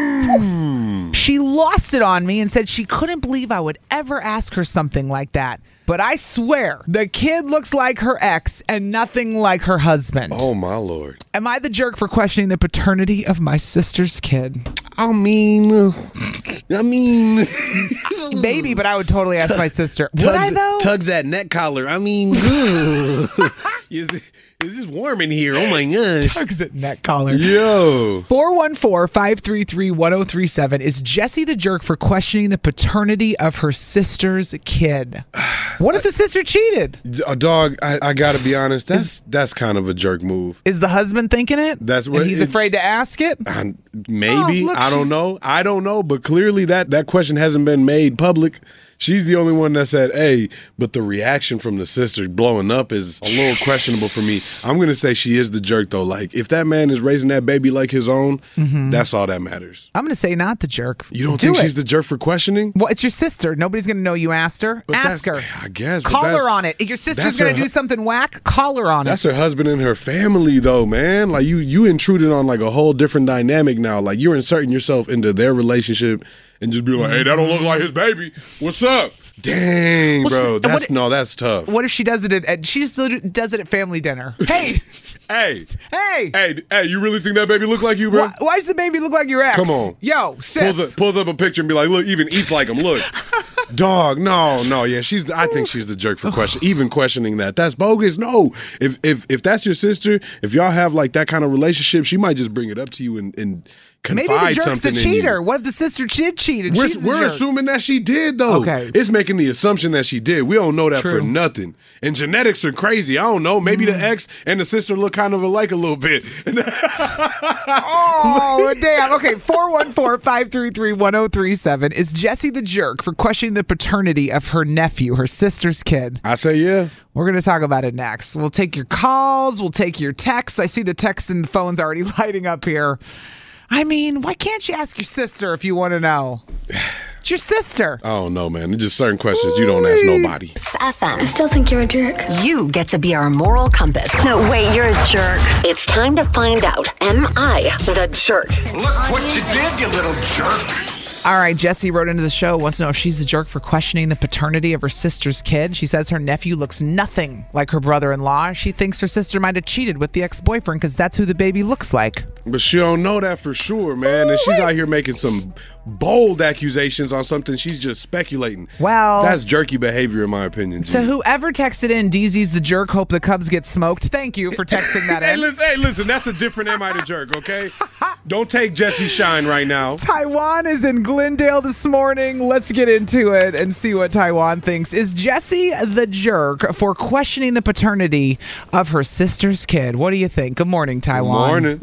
Speaker 8: Hmm.
Speaker 2: She lost it on me and said she couldn't believe I would ever ask her something like that. But I swear, the kid looks like her ex and nothing like her husband.
Speaker 3: Oh my lord.
Speaker 2: Am I the jerk for questioning the paternity of my sister's kid?
Speaker 3: I mean, I mean,
Speaker 2: maybe, but I would totally ask my sister. Would I
Speaker 8: Tugs,
Speaker 2: though?
Speaker 8: tugs that neck collar. I mean, is, is this warm in here? Oh my gosh.
Speaker 2: Tugs at neck collar.
Speaker 3: Yo.
Speaker 2: 414-533-1037 is Jesse the jerk for questioning the paternity of her sister's kid. What if the sister cheated?
Speaker 3: A dog. I, I gotta be honest. That's that's kind of a jerk move.
Speaker 2: Is the husband thinking it?
Speaker 3: That's
Speaker 2: And
Speaker 3: what
Speaker 2: he's
Speaker 3: it-
Speaker 2: afraid to ask it?
Speaker 3: I- maybe
Speaker 2: Oh, look,
Speaker 3: I
Speaker 2: she-
Speaker 3: don't know. I don't know. But clearly that that question hasn't been made public. She's the only one that said, "Hey," but the reaction from the sister blowing up is a little questionable for me. I'm gonna say she is the jerk though. Like if that man is raising that baby like his own,
Speaker 2: Mhm.
Speaker 3: that's all that matters.
Speaker 2: I'm going to say not the jerk.
Speaker 3: You don't
Speaker 2: Do
Speaker 3: think
Speaker 2: it.
Speaker 3: she's the jerk for questioning?
Speaker 2: Well, it's your sister. Nobody's going to know you asked her. ask her.
Speaker 3: I guess. but
Speaker 2: Call
Speaker 3: that's-
Speaker 2: her on it. If your sister's
Speaker 3: that's
Speaker 2: going
Speaker 3: her
Speaker 2: to do
Speaker 3: hu-
Speaker 2: something whack, call her on
Speaker 3: That's
Speaker 2: it.
Speaker 3: her husband and her family, though, man. Like you, you intruded on like a whole different dynamic now. Like you're inserting yourself into their relationship and just be like, "Hey, that don't look like his baby. What's up?" Dang,
Speaker 2: Well, she-
Speaker 3: bro.
Speaker 2: and
Speaker 3: That's
Speaker 2: what-
Speaker 3: no, that's tough.
Speaker 2: What if she does it at- at she still does it at family dinner? Hey,
Speaker 3: hey,
Speaker 2: hey,
Speaker 3: hey, hey! You really think that baby look like you, bro?
Speaker 2: Why, why does the baby look like your ex?
Speaker 3: Come on.
Speaker 2: Yo, sis.
Speaker 3: Pulls up, pulls up a picture and be like, "Look, even eats like him. Look, dog. No, no, yeah. She's. I think she's the jerk for question. Even questioning that. That's bogus. No. If if if that's your sister, if y'all have like that kind of relationship, she might just bring it up to you and and confide
Speaker 2: Maybe the jerk's the
Speaker 3: something
Speaker 2: cheater.
Speaker 3: in you.
Speaker 2: What if the sister did cheat? And
Speaker 3: We're,
Speaker 2: she's the
Speaker 3: we're
Speaker 2: jerk?
Speaker 3: assuming that she did though.
Speaker 2: Okay.
Speaker 3: It's making the assumption that she did. We don't know that for
Speaker 2: True. Mm-hmm.
Speaker 3: nothing. And genetics are crazy. I don't know. Maybe the ex and the sister look kind of alike a little bit.
Speaker 2: Oh, damn. Okay, 414-533-1037. Is Jesse the jerk for questioning the paternity of her nephew, her sister's kid?
Speaker 3: I say yeah.
Speaker 2: We're going to talk about it next. We'll take your calls. We'll take your texts. I see the texts and the phones already lighting up here. I mean, why can't you ask your sister if you want to know? It's your sister.
Speaker 3: I don't know, man. There's just certain questions you don't ask nobody.
Speaker 1: Kiss FM. I still think you're a jerk. You get to be our moral compass. No, wait, you're a jerk. It's time to find out Am I the jerk?
Speaker 12: Look what you did, you little jerk.
Speaker 2: All right, Jesse wrote into the show, wants to know if she's a jerk for questioning the paternity of her sister's kid. She says her nephew looks nothing like her brother in law. She thinks her sister might have cheated with the ex boyfriend because that's who the baby looks like.
Speaker 3: But she don't know that for sure, man. And she's out here making some bold accusations on something she's just speculating.
Speaker 2: Well,
Speaker 3: That's jerky behavior, in my opinion. G.
Speaker 2: to whoever texted in, DZ's the jerk, hope the Cubs get smoked. Thank you for texting that
Speaker 3: Hey
Speaker 2: in.
Speaker 3: listen, hey, listen, that's a different Am I the Jerk, okay? Don't take Jesse Shine right now.
Speaker 2: Taiwan is in Glendale this morning. Let's get into it and see what Taiwan thinks. Is Jesse the jerk for questioning the paternity of her sister's kid? What do you think? Good morning, Taiwan.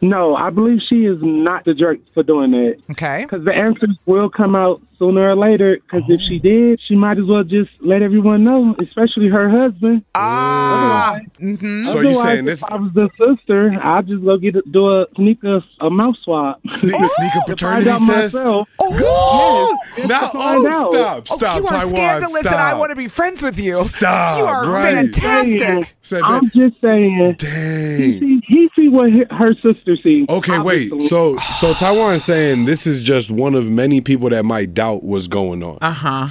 Speaker 13: No, I believe she is not the jerk for doing that.
Speaker 2: Okay.
Speaker 13: Because the answers will come out sooner or later. Because if she did, she might as well just let everyone know, especially her husband.
Speaker 2: Ah.
Speaker 3: So you saying
Speaker 13: Mm-hmm. Otherwise,
Speaker 3: this
Speaker 13: if I was the sister, I'd just go get a, do a sneak a, a mouth swab.
Speaker 3: Sneak,
Speaker 2: Oh!
Speaker 3: sneak a paternity
Speaker 13: find out
Speaker 3: test?
Speaker 13: myself.
Speaker 3: Oh,
Speaker 13: Yes,
Speaker 3: now,
Speaker 13: to find
Speaker 3: oh,
Speaker 13: out.
Speaker 3: stop, stop,
Speaker 2: you are
Speaker 3: Taiwan,
Speaker 2: scandalous,
Speaker 3: stop.
Speaker 2: and I want to be friends with you.
Speaker 3: Stop,
Speaker 2: You are
Speaker 3: right.
Speaker 2: fantastic.
Speaker 3: Say that-
Speaker 13: I'm just saying. He see, he see what he- her sister sees.
Speaker 3: Okay, wait. So, so Taiwan's saying this is just one of many people that might doubt what's going on. Uh,
Speaker 2: Uh huh.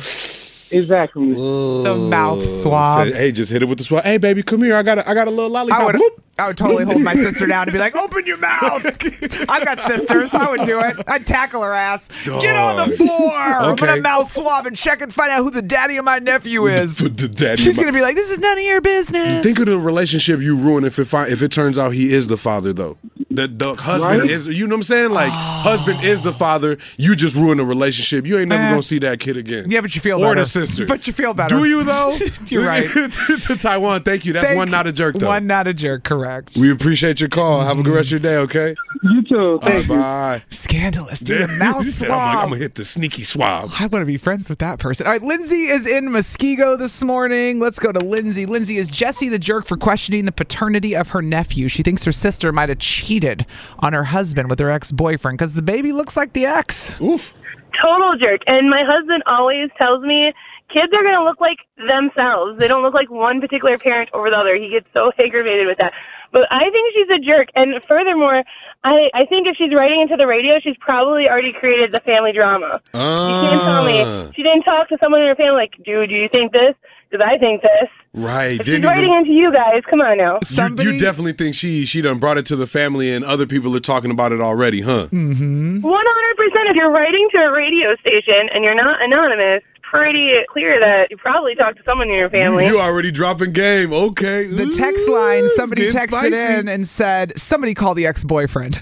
Speaker 13: Exactly.
Speaker 2: The mouth swab.
Speaker 3: Say, hey, just hit it with the swab. Hey, baby, come here. I got a, I got a little lollipop.
Speaker 2: I would,
Speaker 3: Whoop.
Speaker 2: I would totally hold my sister down and be like, "Open your mouth." I've got sisters. I would do it. I'd tackle her ass. Get on the
Speaker 3: Dog.
Speaker 2: floor. I'm
Speaker 3: Okay.
Speaker 2: gonna mouth swab and check and find out who the daddy of my nephew is.
Speaker 3: The daddy
Speaker 2: She's
Speaker 3: mo-
Speaker 2: gonna be like, "This is none of your business."
Speaker 3: Think of the relationship you ruin if it fi- if it turns out he is the father though. the, the husband
Speaker 8: Right?
Speaker 3: is you know what I'm saying? Like husband is the father. You just ruin a relationship. You ain't never
Speaker 2: Eh.
Speaker 3: gonna see that kid again.
Speaker 2: Yeah, but you feel
Speaker 3: or
Speaker 2: better.
Speaker 3: the sister.
Speaker 2: But you feel better.
Speaker 3: Do you though?
Speaker 2: You're right.
Speaker 3: to Taiwan, thank you. That's
Speaker 2: Thank-
Speaker 3: one not a jerk though.
Speaker 2: One not a jerk, correct.
Speaker 3: We appreciate your call. Have a good rest of your day, okay?
Speaker 13: You too.
Speaker 2: Thank you.
Speaker 3: bye.
Speaker 2: Scandalous. Dude, a mouse
Speaker 3: You said, I'm like,
Speaker 2: swab.
Speaker 3: I'm gonna hit the sneaky swab.
Speaker 2: I want to be friends with that person. All right, Lindsay is in Muskego this morning. Let's go to Lindsay. Lindsay is Jesse the jerk for questioning the paternity of her nephew. She thinks her sister might have cheated on her husband with her ex boyfriend because the baby looks like the ex.
Speaker 3: Oof.
Speaker 14: total jerk. And my husband always tells me kids are going to look like themselves. They don't look like one particular parent over the other. He gets so aggravated with that. But I think she's a jerk. And furthermore, I, I think if she's writing into the radio, she's probably already created the family drama. She didn't tell
Speaker 3: Ah,
Speaker 14: me. She didn't talk to someone in her family like, dude, do you think this? Because I think this.
Speaker 3: right.
Speaker 14: If
Speaker 3: Didn't
Speaker 14: she's
Speaker 3: even-
Speaker 14: writing into you guys, come on now.
Speaker 3: You- you, definitely think she she done brought it to the family and other people are talking about it already,
Speaker 14: One
Speaker 3: huh?
Speaker 14: hundred percent. If you're writing to a radio station and you're not anonymous, pretty clear that you probably talked to someone in your family.
Speaker 3: You already dropping game. Okay.
Speaker 2: The text line, somebody
Speaker 3: getting
Speaker 2: texted
Speaker 3: spicy.
Speaker 2: in and said, somebody call the ex boyfriend.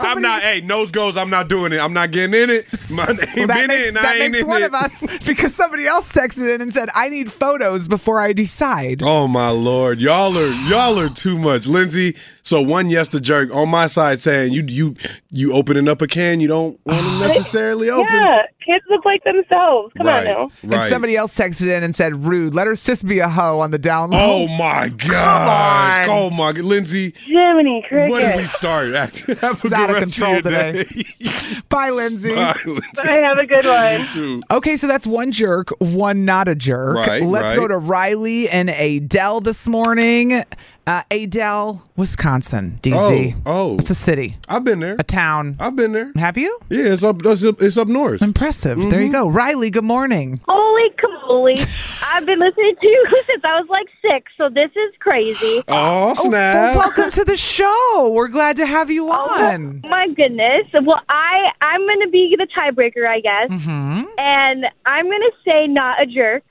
Speaker 3: I'm not. Hey, nose goes. I'm not doing it. I'm not getting in it. My name
Speaker 2: Well, that
Speaker 3: been
Speaker 2: makes,
Speaker 3: in. I
Speaker 2: that
Speaker 3: ain't
Speaker 2: makes
Speaker 3: in
Speaker 2: one
Speaker 3: it.
Speaker 2: of us because somebody else texted in and said, I need photos before I decide.
Speaker 3: Oh my lord, y'all are y'all are too much, Lindsay. So one yes to jerk on my side saying you you you opening up a can you don't want
Speaker 2: Ah,
Speaker 3: to necessarily open.
Speaker 14: Yeah, kids look like themselves. Come
Speaker 3: Right.
Speaker 14: on now.
Speaker 2: And
Speaker 3: Right.
Speaker 2: somebody else texted in and said, rude, let her sis be a hoe on the down low.
Speaker 3: Oh my gosh!
Speaker 2: Come
Speaker 3: Oh my, Lindsay.
Speaker 14: Jiminy Cricket.
Speaker 3: What did we start? at? Have a
Speaker 2: It's
Speaker 3: good
Speaker 2: out of
Speaker 3: rest
Speaker 2: control
Speaker 3: your
Speaker 2: today.
Speaker 3: day.
Speaker 2: Bye, Lindsay.
Speaker 3: Bye, Lindsay.
Speaker 14: Bye, have a good one.
Speaker 3: You too.
Speaker 2: Okay, so that's one jerk, one not a jerk.
Speaker 3: Right,
Speaker 2: Let's go
Speaker 3: right.
Speaker 2: to Riley and Adele this morning. Uh, Adele, Wisconsin, D.C.
Speaker 3: Oh,
Speaker 2: It's a city.
Speaker 3: I've been there.
Speaker 2: A town.
Speaker 3: I've been there.
Speaker 2: Have you?
Speaker 3: Yeah, it's up. It's up, it's up north.
Speaker 2: Impressive. There you
Speaker 3: Mhm.
Speaker 2: go. Riley, good morning.
Speaker 15: Holy camoly. I've been listening to you since I was like six, so this is crazy.
Speaker 3: Oh,
Speaker 2: well, welcome to the show. We're glad to have
Speaker 15: Oh,
Speaker 2: you on.
Speaker 15: My goodness. Well, I, I'm going to be the tiebreaker, I guess. And I'm going to say not a jerk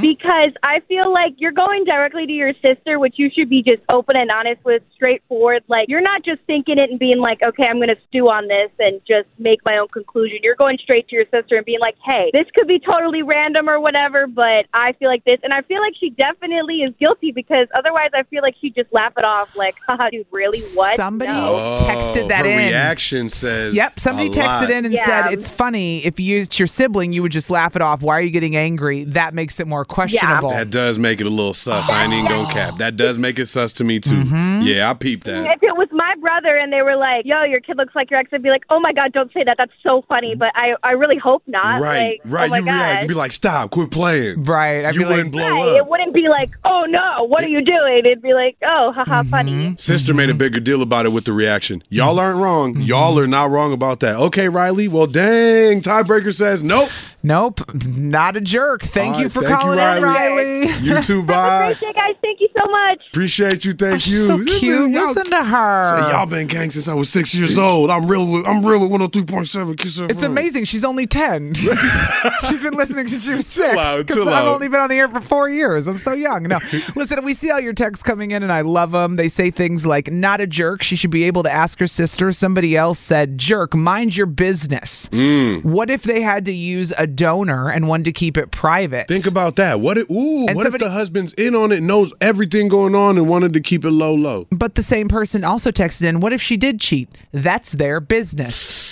Speaker 15: because I feel like you're going directly to your sister, which you should be just open and honest with, straightforward. Like, you're not just thinking it and being like, okay, I'm going to stew on this and just make my own conclusion. You're going straight to your sister and being like, hey, this could be totally random or whatever, but I feel like this. And I feel like she definitely is guilty because otherwise I feel like she'd just laugh it off like, haha, dude, really? What?
Speaker 2: Somebody
Speaker 15: No.
Speaker 2: texted that
Speaker 3: Oh, her
Speaker 2: in.
Speaker 3: Reaction says.
Speaker 2: Yep, somebody
Speaker 3: a
Speaker 2: texted
Speaker 3: lot.
Speaker 2: in and said, It's funny. If you, it's your sibling, you would just laugh it off. Why are you getting angry? That makes it more questionable.
Speaker 3: That does make it a little sus. I ain't even gonna cap. That does make it sus to me too.
Speaker 2: Mm-hmm.
Speaker 3: Yeah, I peeped that.
Speaker 15: If it was my brother and they were like, "Yo, your kid looks like your ex," I'd be like, "Oh my god, don't say that. That's so funny." But I, I really hope not.
Speaker 3: Mm-hmm. right,
Speaker 15: like,
Speaker 3: right.
Speaker 15: Oh my
Speaker 3: you react.
Speaker 15: god.
Speaker 3: You be like, stop, quit playing.
Speaker 2: Right.
Speaker 3: you wouldn't blow
Speaker 15: Right,
Speaker 3: up.
Speaker 15: It wouldn't be like, "Oh no, what are you doing?" It'd be like, "Oh, haha,
Speaker 3: Mm-hmm.
Speaker 15: funny."
Speaker 3: Sister made a
Speaker 2: Mm-hmm.
Speaker 3: bigger deal about it with the reaction. Y'all aren't wrong. Y'all are not wrong about that. Okay, Riley. Well, dang. Tiebreaker says nope.
Speaker 2: Nope. Not a jerk. Thank
Speaker 3: All
Speaker 2: you
Speaker 3: right,
Speaker 2: for calling in, Riley.
Speaker 3: You too. Bye.
Speaker 15: Hey guys, thank you so much.
Speaker 3: Appreciate you. Thank you.
Speaker 2: Oh, so cute.
Speaker 3: Y'all-
Speaker 2: Listen to her.
Speaker 3: So y'all been gang since I was six years old. I'm real. With, I'm real with 103.7. Kiss
Speaker 2: It's amazing. She's only 10. She's been listening since she was six.
Speaker 3: out,
Speaker 2: Because
Speaker 3: chill
Speaker 2: I've
Speaker 3: out.
Speaker 2: only been on the air for four years. I'm so young. No, listen, we see all your texts coming in, and I love them. They say things like, not a jerk. She should be able to ask her sister. Somebody else said, jerk, mind your business.
Speaker 3: Mm.
Speaker 2: What if they had to use a donor and one to keep it private?
Speaker 3: Think about that. What? If, ooh.
Speaker 2: And
Speaker 3: what
Speaker 2: somebody-
Speaker 3: if the husband's in on it, knows everything going on, and wanted to keep it low, low?
Speaker 2: But the same person also texted in, what if she did cheat? That's their business.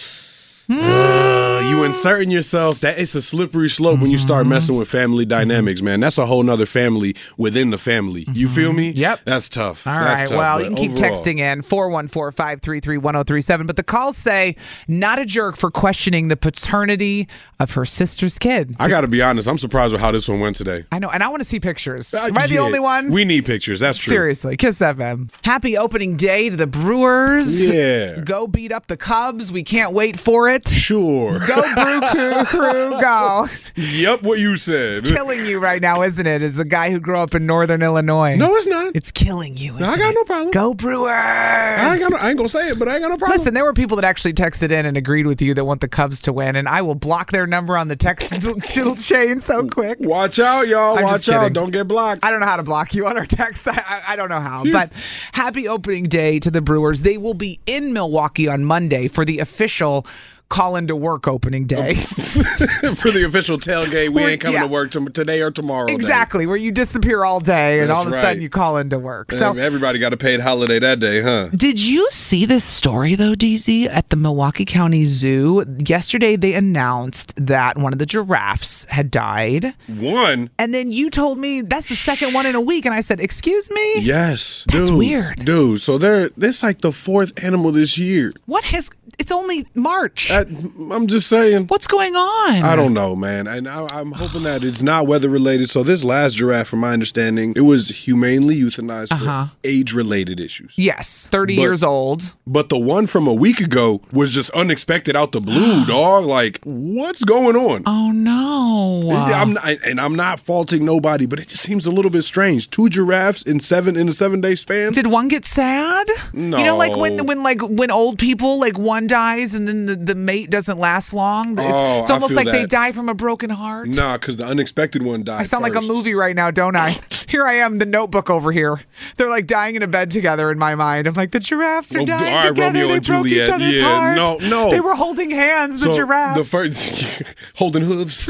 Speaker 3: Uh, you inserting yourself that it's a slippery slope when you
Speaker 2: Mm-hmm.
Speaker 3: start messing with family dynamics man that's a whole nother family within the family you feel me yep that's tough
Speaker 2: Mm-hmm. All right. well, you can keep texting in 414 533 1037. But the calls say, not a jerk for questioning the paternity of her sister's kid.
Speaker 3: i gotta be honest i'm surprised with how this one went today
Speaker 2: I know. And I want to see pictures. Am I the
Speaker 3: Yeah.
Speaker 2: only one?
Speaker 3: we need pictures that's true
Speaker 2: Seriously, Kiss FM. Happy opening day to the Brewers.
Speaker 3: Yeah.
Speaker 2: Go beat up the Cubs. We can't wait for it.
Speaker 3: Sure.
Speaker 2: Go brew crew, crew go.
Speaker 3: Yep, what you said.
Speaker 2: It's killing you right now, isn't it? As a guy who grew up in Northern Illinois.
Speaker 3: No, it's not.
Speaker 2: It's killing you.
Speaker 3: I got no problem.
Speaker 2: Go Brewers. I
Speaker 3: ain't, gonna, I ain't gonna say it, but I ain't got no problem.
Speaker 2: Listen, there were people that actually texted in and agreed with you that want the Cubs to win, and I will block their number on the text ch- chain so quick.
Speaker 3: Watch out, y'all.
Speaker 2: I'm
Speaker 3: Watch
Speaker 2: just
Speaker 3: out.
Speaker 2: kidding.
Speaker 3: Don't get blocked.
Speaker 2: I don't know how to block you on our text. I, I, I don't know how. But happy opening day to the Brewers. They will be in Milwaukee on Monday for the official call into work opening day.
Speaker 3: For the official tailgate, we ain't coming
Speaker 2: yeah.
Speaker 3: to work tom- today or tomorrow. day.
Speaker 2: exactly, where you disappear all day and
Speaker 3: That's
Speaker 2: all of a
Speaker 3: right.
Speaker 2: sudden you call into work. So
Speaker 3: Ev- everybody got a paid holiday that day, huh?
Speaker 2: Did you see this story though, DZ, at the Milwaukee County Zoo? Yesterday they announced that one of the giraffes had died.
Speaker 3: One.
Speaker 2: And then you told me that's the second one in a week. And I said, Excuse me?
Speaker 3: Yes,
Speaker 2: That's
Speaker 3: dude.
Speaker 2: weird.
Speaker 3: dude. So they're this like the fourth animal this year.
Speaker 2: What has it's only March.
Speaker 3: I'm just saying.
Speaker 2: What's going on?
Speaker 3: I don't know, man, and I, I'm hoping that it's not weather related. So this last giraffe, from my understanding, it was humanely euthanized
Speaker 2: Uh-huh.
Speaker 3: for age related issues.
Speaker 2: Yes, 30
Speaker 3: But-
Speaker 2: years old.
Speaker 3: But the one from a week ago was just unexpected out the blue, dog. Like, what's going on?
Speaker 2: Oh no!
Speaker 3: Yeah, I'm not, and I'm not faulting nobody, but it just seems a little bit strange. Two giraffes in seven in a seven day span.
Speaker 2: Did one get sad?
Speaker 3: No.
Speaker 2: You know, like when when like when old people like one dies and then the, the mate doesn't last long. It's,
Speaker 3: Oh,
Speaker 2: it's
Speaker 3: I
Speaker 2: almost
Speaker 3: feel
Speaker 2: like they
Speaker 3: that.
Speaker 2: die from a broken heart.
Speaker 3: Nah, because the unexpected one died.
Speaker 2: I sound like a
Speaker 3: first.
Speaker 2: movie right now, don't I? Here I am, the notebook over here. They're like dying in a bed together in my mind. I'm like, the giraffes are
Speaker 3: Well,
Speaker 2: dying
Speaker 3: all right,
Speaker 2: together.
Speaker 3: Romeo
Speaker 2: they
Speaker 3: and
Speaker 2: broke
Speaker 3: Juliet.
Speaker 2: each other's
Speaker 3: Yeah,
Speaker 2: heart.
Speaker 3: no, no.
Speaker 2: They were holding hands, the
Speaker 3: So,
Speaker 2: giraffes.
Speaker 3: The first holding hooves.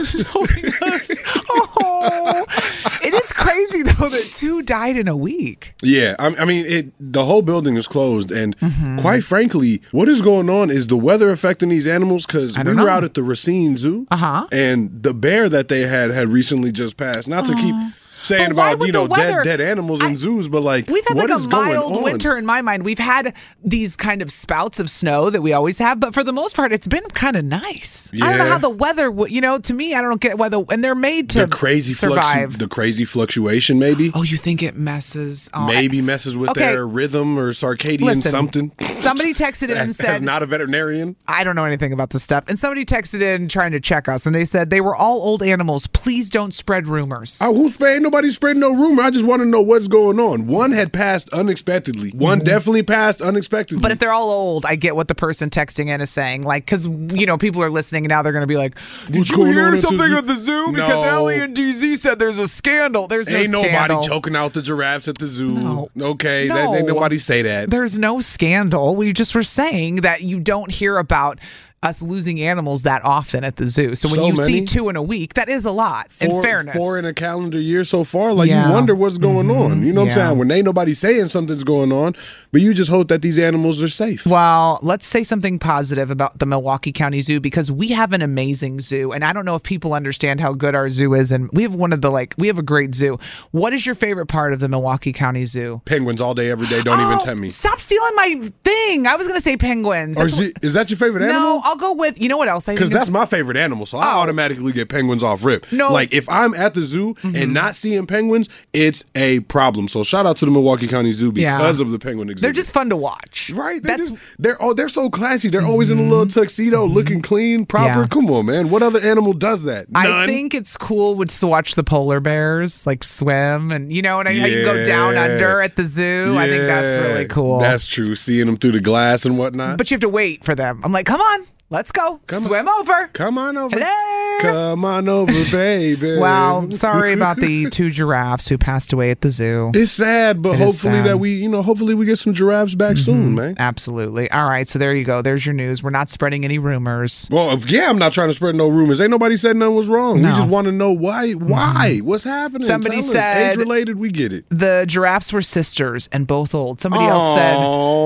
Speaker 2: it is crazy, though, that two died in a week.
Speaker 3: yeah, I, I mean, it. The whole building is closed, and
Speaker 2: Mm-hmm.
Speaker 3: quite frankly, what is going on is the weather affecting these animals. Because
Speaker 2: I
Speaker 3: we
Speaker 2: don't
Speaker 3: were
Speaker 2: know.
Speaker 3: out at the Racine Zoo, uh-huh. and the bear that they had had recently just passed. Not to keep saying
Speaker 2: But why
Speaker 3: about
Speaker 2: would
Speaker 3: you
Speaker 2: the
Speaker 3: know
Speaker 2: weather-
Speaker 3: dead dead animals in zoos, but like
Speaker 2: We've had
Speaker 3: what
Speaker 2: like
Speaker 3: is
Speaker 2: a
Speaker 3: going
Speaker 2: mild
Speaker 3: on?
Speaker 2: winter in my mind. We've had these kind of spouts of snow that we always have, but for the most part, it's been kind of nice. I don't know
Speaker 3: Yeah.
Speaker 2: how the weather, w- you know, to me, I don't get why the and they're made to
Speaker 3: the crazy
Speaker 2: survive.
Speaker 3: Fluctu- the crazy fluctuation, maybe.
Speaker 2: Oh, you think it messes? Oh, I-
Speaker 3: maybe messes with
Speaker 2: Okay.
Speaker 3: their rhythm or circadian
Speaker 2: Listen,
Speaker 3: something.
Speaker 2: somebody texted in and
Speaker 3: As- as
Speaker 2: said-
Speaker 3: "Not a veterinarian."
Speaker 2: I don't know anything about this stuff. And somebody texted in trying to check us, and they said they were all old animals. Please don't spread rumors.
Speaker 3: Oh, who's spreading? Nobody spreading no rumor. I just want to know what's going on. One had passed unexpectedly. One
Speaker 2: Mm-hmm.
Speaker 3: definitely passed unexpectedly.
Speaker 2: But if they're all old, I get what the person texting in is saying. Like, because, you know, people are listening and now they're going to be like, Did
Speaker 3: What's
Speaker 2: you
Speaker 3: going on
Speaker 2: hear
Speaker 3: at the
Speaker 2: something
Speaker 3: zoo?"
Speaker 2: at the zoo? Because
Speaker 3: No.
Speaker 2: Ellie and DZ said there's a scandal. There's
Speaker 3: ain't
Speaker 2: no
Speaker 3: nobody
Speaker 2: scandal.
Speaker 3: choking out the giraffes at the zoo. Okay,
Speaker 2: No.
Speaker 3: that, ain't nobody say that.
Speaker 2: There's no scandal. We just were saying that you don't hear about us losing animals that often at the zoo. So when
Speaker 3: So
Speaker 2: you see
Speaker 3: many.
Speaker 2: two in a week, that is a lot, in
Speaker 3: Four-
Speaker 2: fairness.
Speaker 3: four in a calendar year so far. Like
Speaker 2: Yeah. Mm-hmm.
Speaker 3: you wonder what's going on. You know what
Speaker 2: Yeah.
Speaker 3: I'm saying? When ain't nobody saying something's going on, but you just hope that these animals are safe.
Speaker 2: Well, let's say something positive about the Milwaukee County Zoo because we have an amazing zoo. And I don't know if people understand how good our zoo is. And we have one of the like, we have a great zoo. What is your favorite part of the Milwaukee County Zoo?
Speaker 3: Penguins all day, every day. Don't
Speaker 2: Oh,
Speaker 3: even tempt me.
Speaker 2: Stop stealing my thing. I was going to say penguins.
Speaker 3: Or
Speaker 2: That's
Speaker 3: is, it, is that your favorite
Speaker 2: what-
Speaker 3: animal?
Speaker 2: no, I'll go with, you know what else I think?
Speaker 3: Because
Speaker 2: is-
Speaker 3: that's my favorite animal, so I automatically get penguins off rip.
Speaker 2: No. Mm-hmm.
Speaker 3: like if I'm at the zoo and not seeing penguins, it's a problem. So shout out to the Milwaukee County Zoo
Speaker 2: Yeah.
Speaker 3: because of the penguin exhibit.
Speaker 2: they're just fun to watch. Mm-hmm.
Speaker 3: right. They just, they're oh they're so classy. They're always in a little tuxedo, looking clean, proper.
Speaker 2: Yeah.
Speaker 3: Come on, man. What other animal does that?
Speaker 2: I think it's cool would to watch the polar bears like swim and you know and I, how you go down
Speaker 3: Yeah.
Speaker 2: under at the zoo. I think that's really
Speaker 3: Yeah,
Speaker 2: cool.
Speaker 3: That's true. Seeing them through the glass and whatnot.
Speaker 2: but you have to wait for them. I'm like, come on, let's go. Swim over.
Speaker 3: Come on over.
Speaker 2: Hello.
Speaker 3: Come on over, baby.
Speaker 2: Wow. Sorry about the two giraffes who passed away at the zoo.
Speaker 3: It's sad, but
Speaker 2: It is
Speaker 3: hopefully
Speaker 2: sad. Mm-hmm.
Speaker 3: that we, you know, hopefully we get some giraffes back soon, man.
Speaker 2: Absolutely. All right. So there you go. There's your news. We're not spreading any rumors.
Speaker 3: Well, if, yeah, I'm not trying to spread no rumors. Ain't nobody said nothing was wrong.
Speaker 2: No. Mm-hmm.
Speaker 3: We just want to know why. Why? What's happening?
Speaker 2: Somebody
Speaker 3: Tell us.
Speaker 2: said-
Speaker 3: age related. We get it.
Speaker 2: The giraffes were sisters and both old. Somebody else
Speaker 3: Aw.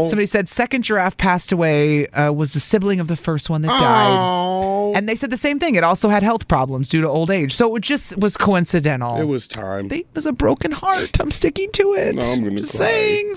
Speaker 2: said. Somebody said second giraffe passed away uh, was the sibling of the first one that died. And they said the same thing. It also had health problems due to old age. So it just was coincidental.
Speaker 3: It was time.
Speaker 2: It was a broken heart. I'm sticking to it.
Speaker 3: No, I'm gonna
Speaker 2: just
Speaker 3: cry.
Speaker 2: saying.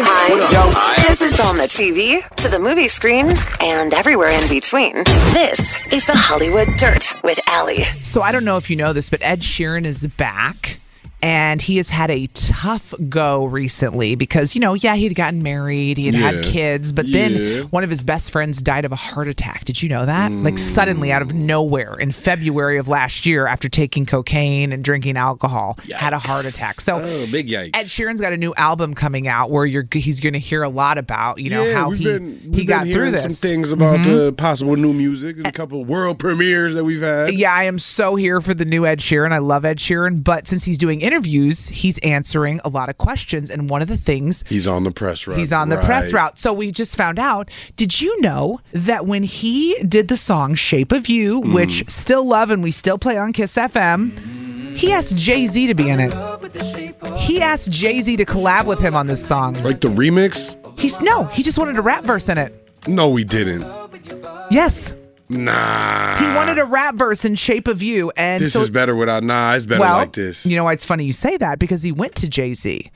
Speaker 1: Hi. This is on the TV, to the movie screen, and everywhere in between. This is the Hollywood Dirt with Allie.
Speaker 2: So I don't know if you know this, but Ed Sheeran is back. and he has had a tough go recently because, you know, yeah, he'd gotten married, he had had
Speaker 16: Yeah.
Speaker 2: kids, but
Speaker 16: Yeah.
Speaker 2: then one of his best friends died of a heart attack. Did you know that?
Speaker 3: Mm.
Speaker 2: Like suddenly out of nowhere in February of last year after taking cocaine and drinking alcohol, had a heart attack. So
Speaker 8: oh, big yikes.
Speaker 2: Ed Sheeran's got a new album coming out where you're he's going to hear a lot about you know
Speaker 3: Yeah,
Speaker 2: how
Speaker 3: we've
Speaker 2: he
Speaker 3: been- we've
Speaker 2: he
Speaker 3: been
Speaker 2: got through
Speaker 3: hearing
Speaker 2: this.
Speaker 3: Some things about
Speaker 2: Mhm.
Speaker 3: the possible new music, and a couple world premieres that we've had.
Speaker 2: Yeah, I am so here for the new Ed Sheeran. I love Ed Sheeran, but since he's doing interviews, he's answering a lot of questions. And one of the things
Speaker 3: He's on the press route.
Speaker 2: He's on the press
Speaker 3: Right.
Speaker 2: route. So we just found out. Did you know that when he did the song Shape of You, which
Speaker 3: Mm.
Speaker 2: still love and we still play on Kiss FM, he asked Jay Z to be in it. He asked Jay Z to collab with him on this song.
Speaker 3: Like the remix?
Speaker 2: He's no, he just wanted a rap verse in it.
Speaker 3: No, we didn't.
Speaker 2: Yes.
Speaker 3: Nah.
Speaker 2: He wanted a rap verse in Shape of You. And
Speaker 3: This
Speaker 2: so
Speaker 3: is better without. Nah, it's better
Speaker 2: well,
Speaker 3: like this.
Speaker 2: You know, why it's funny you say that because he went to Jay Z.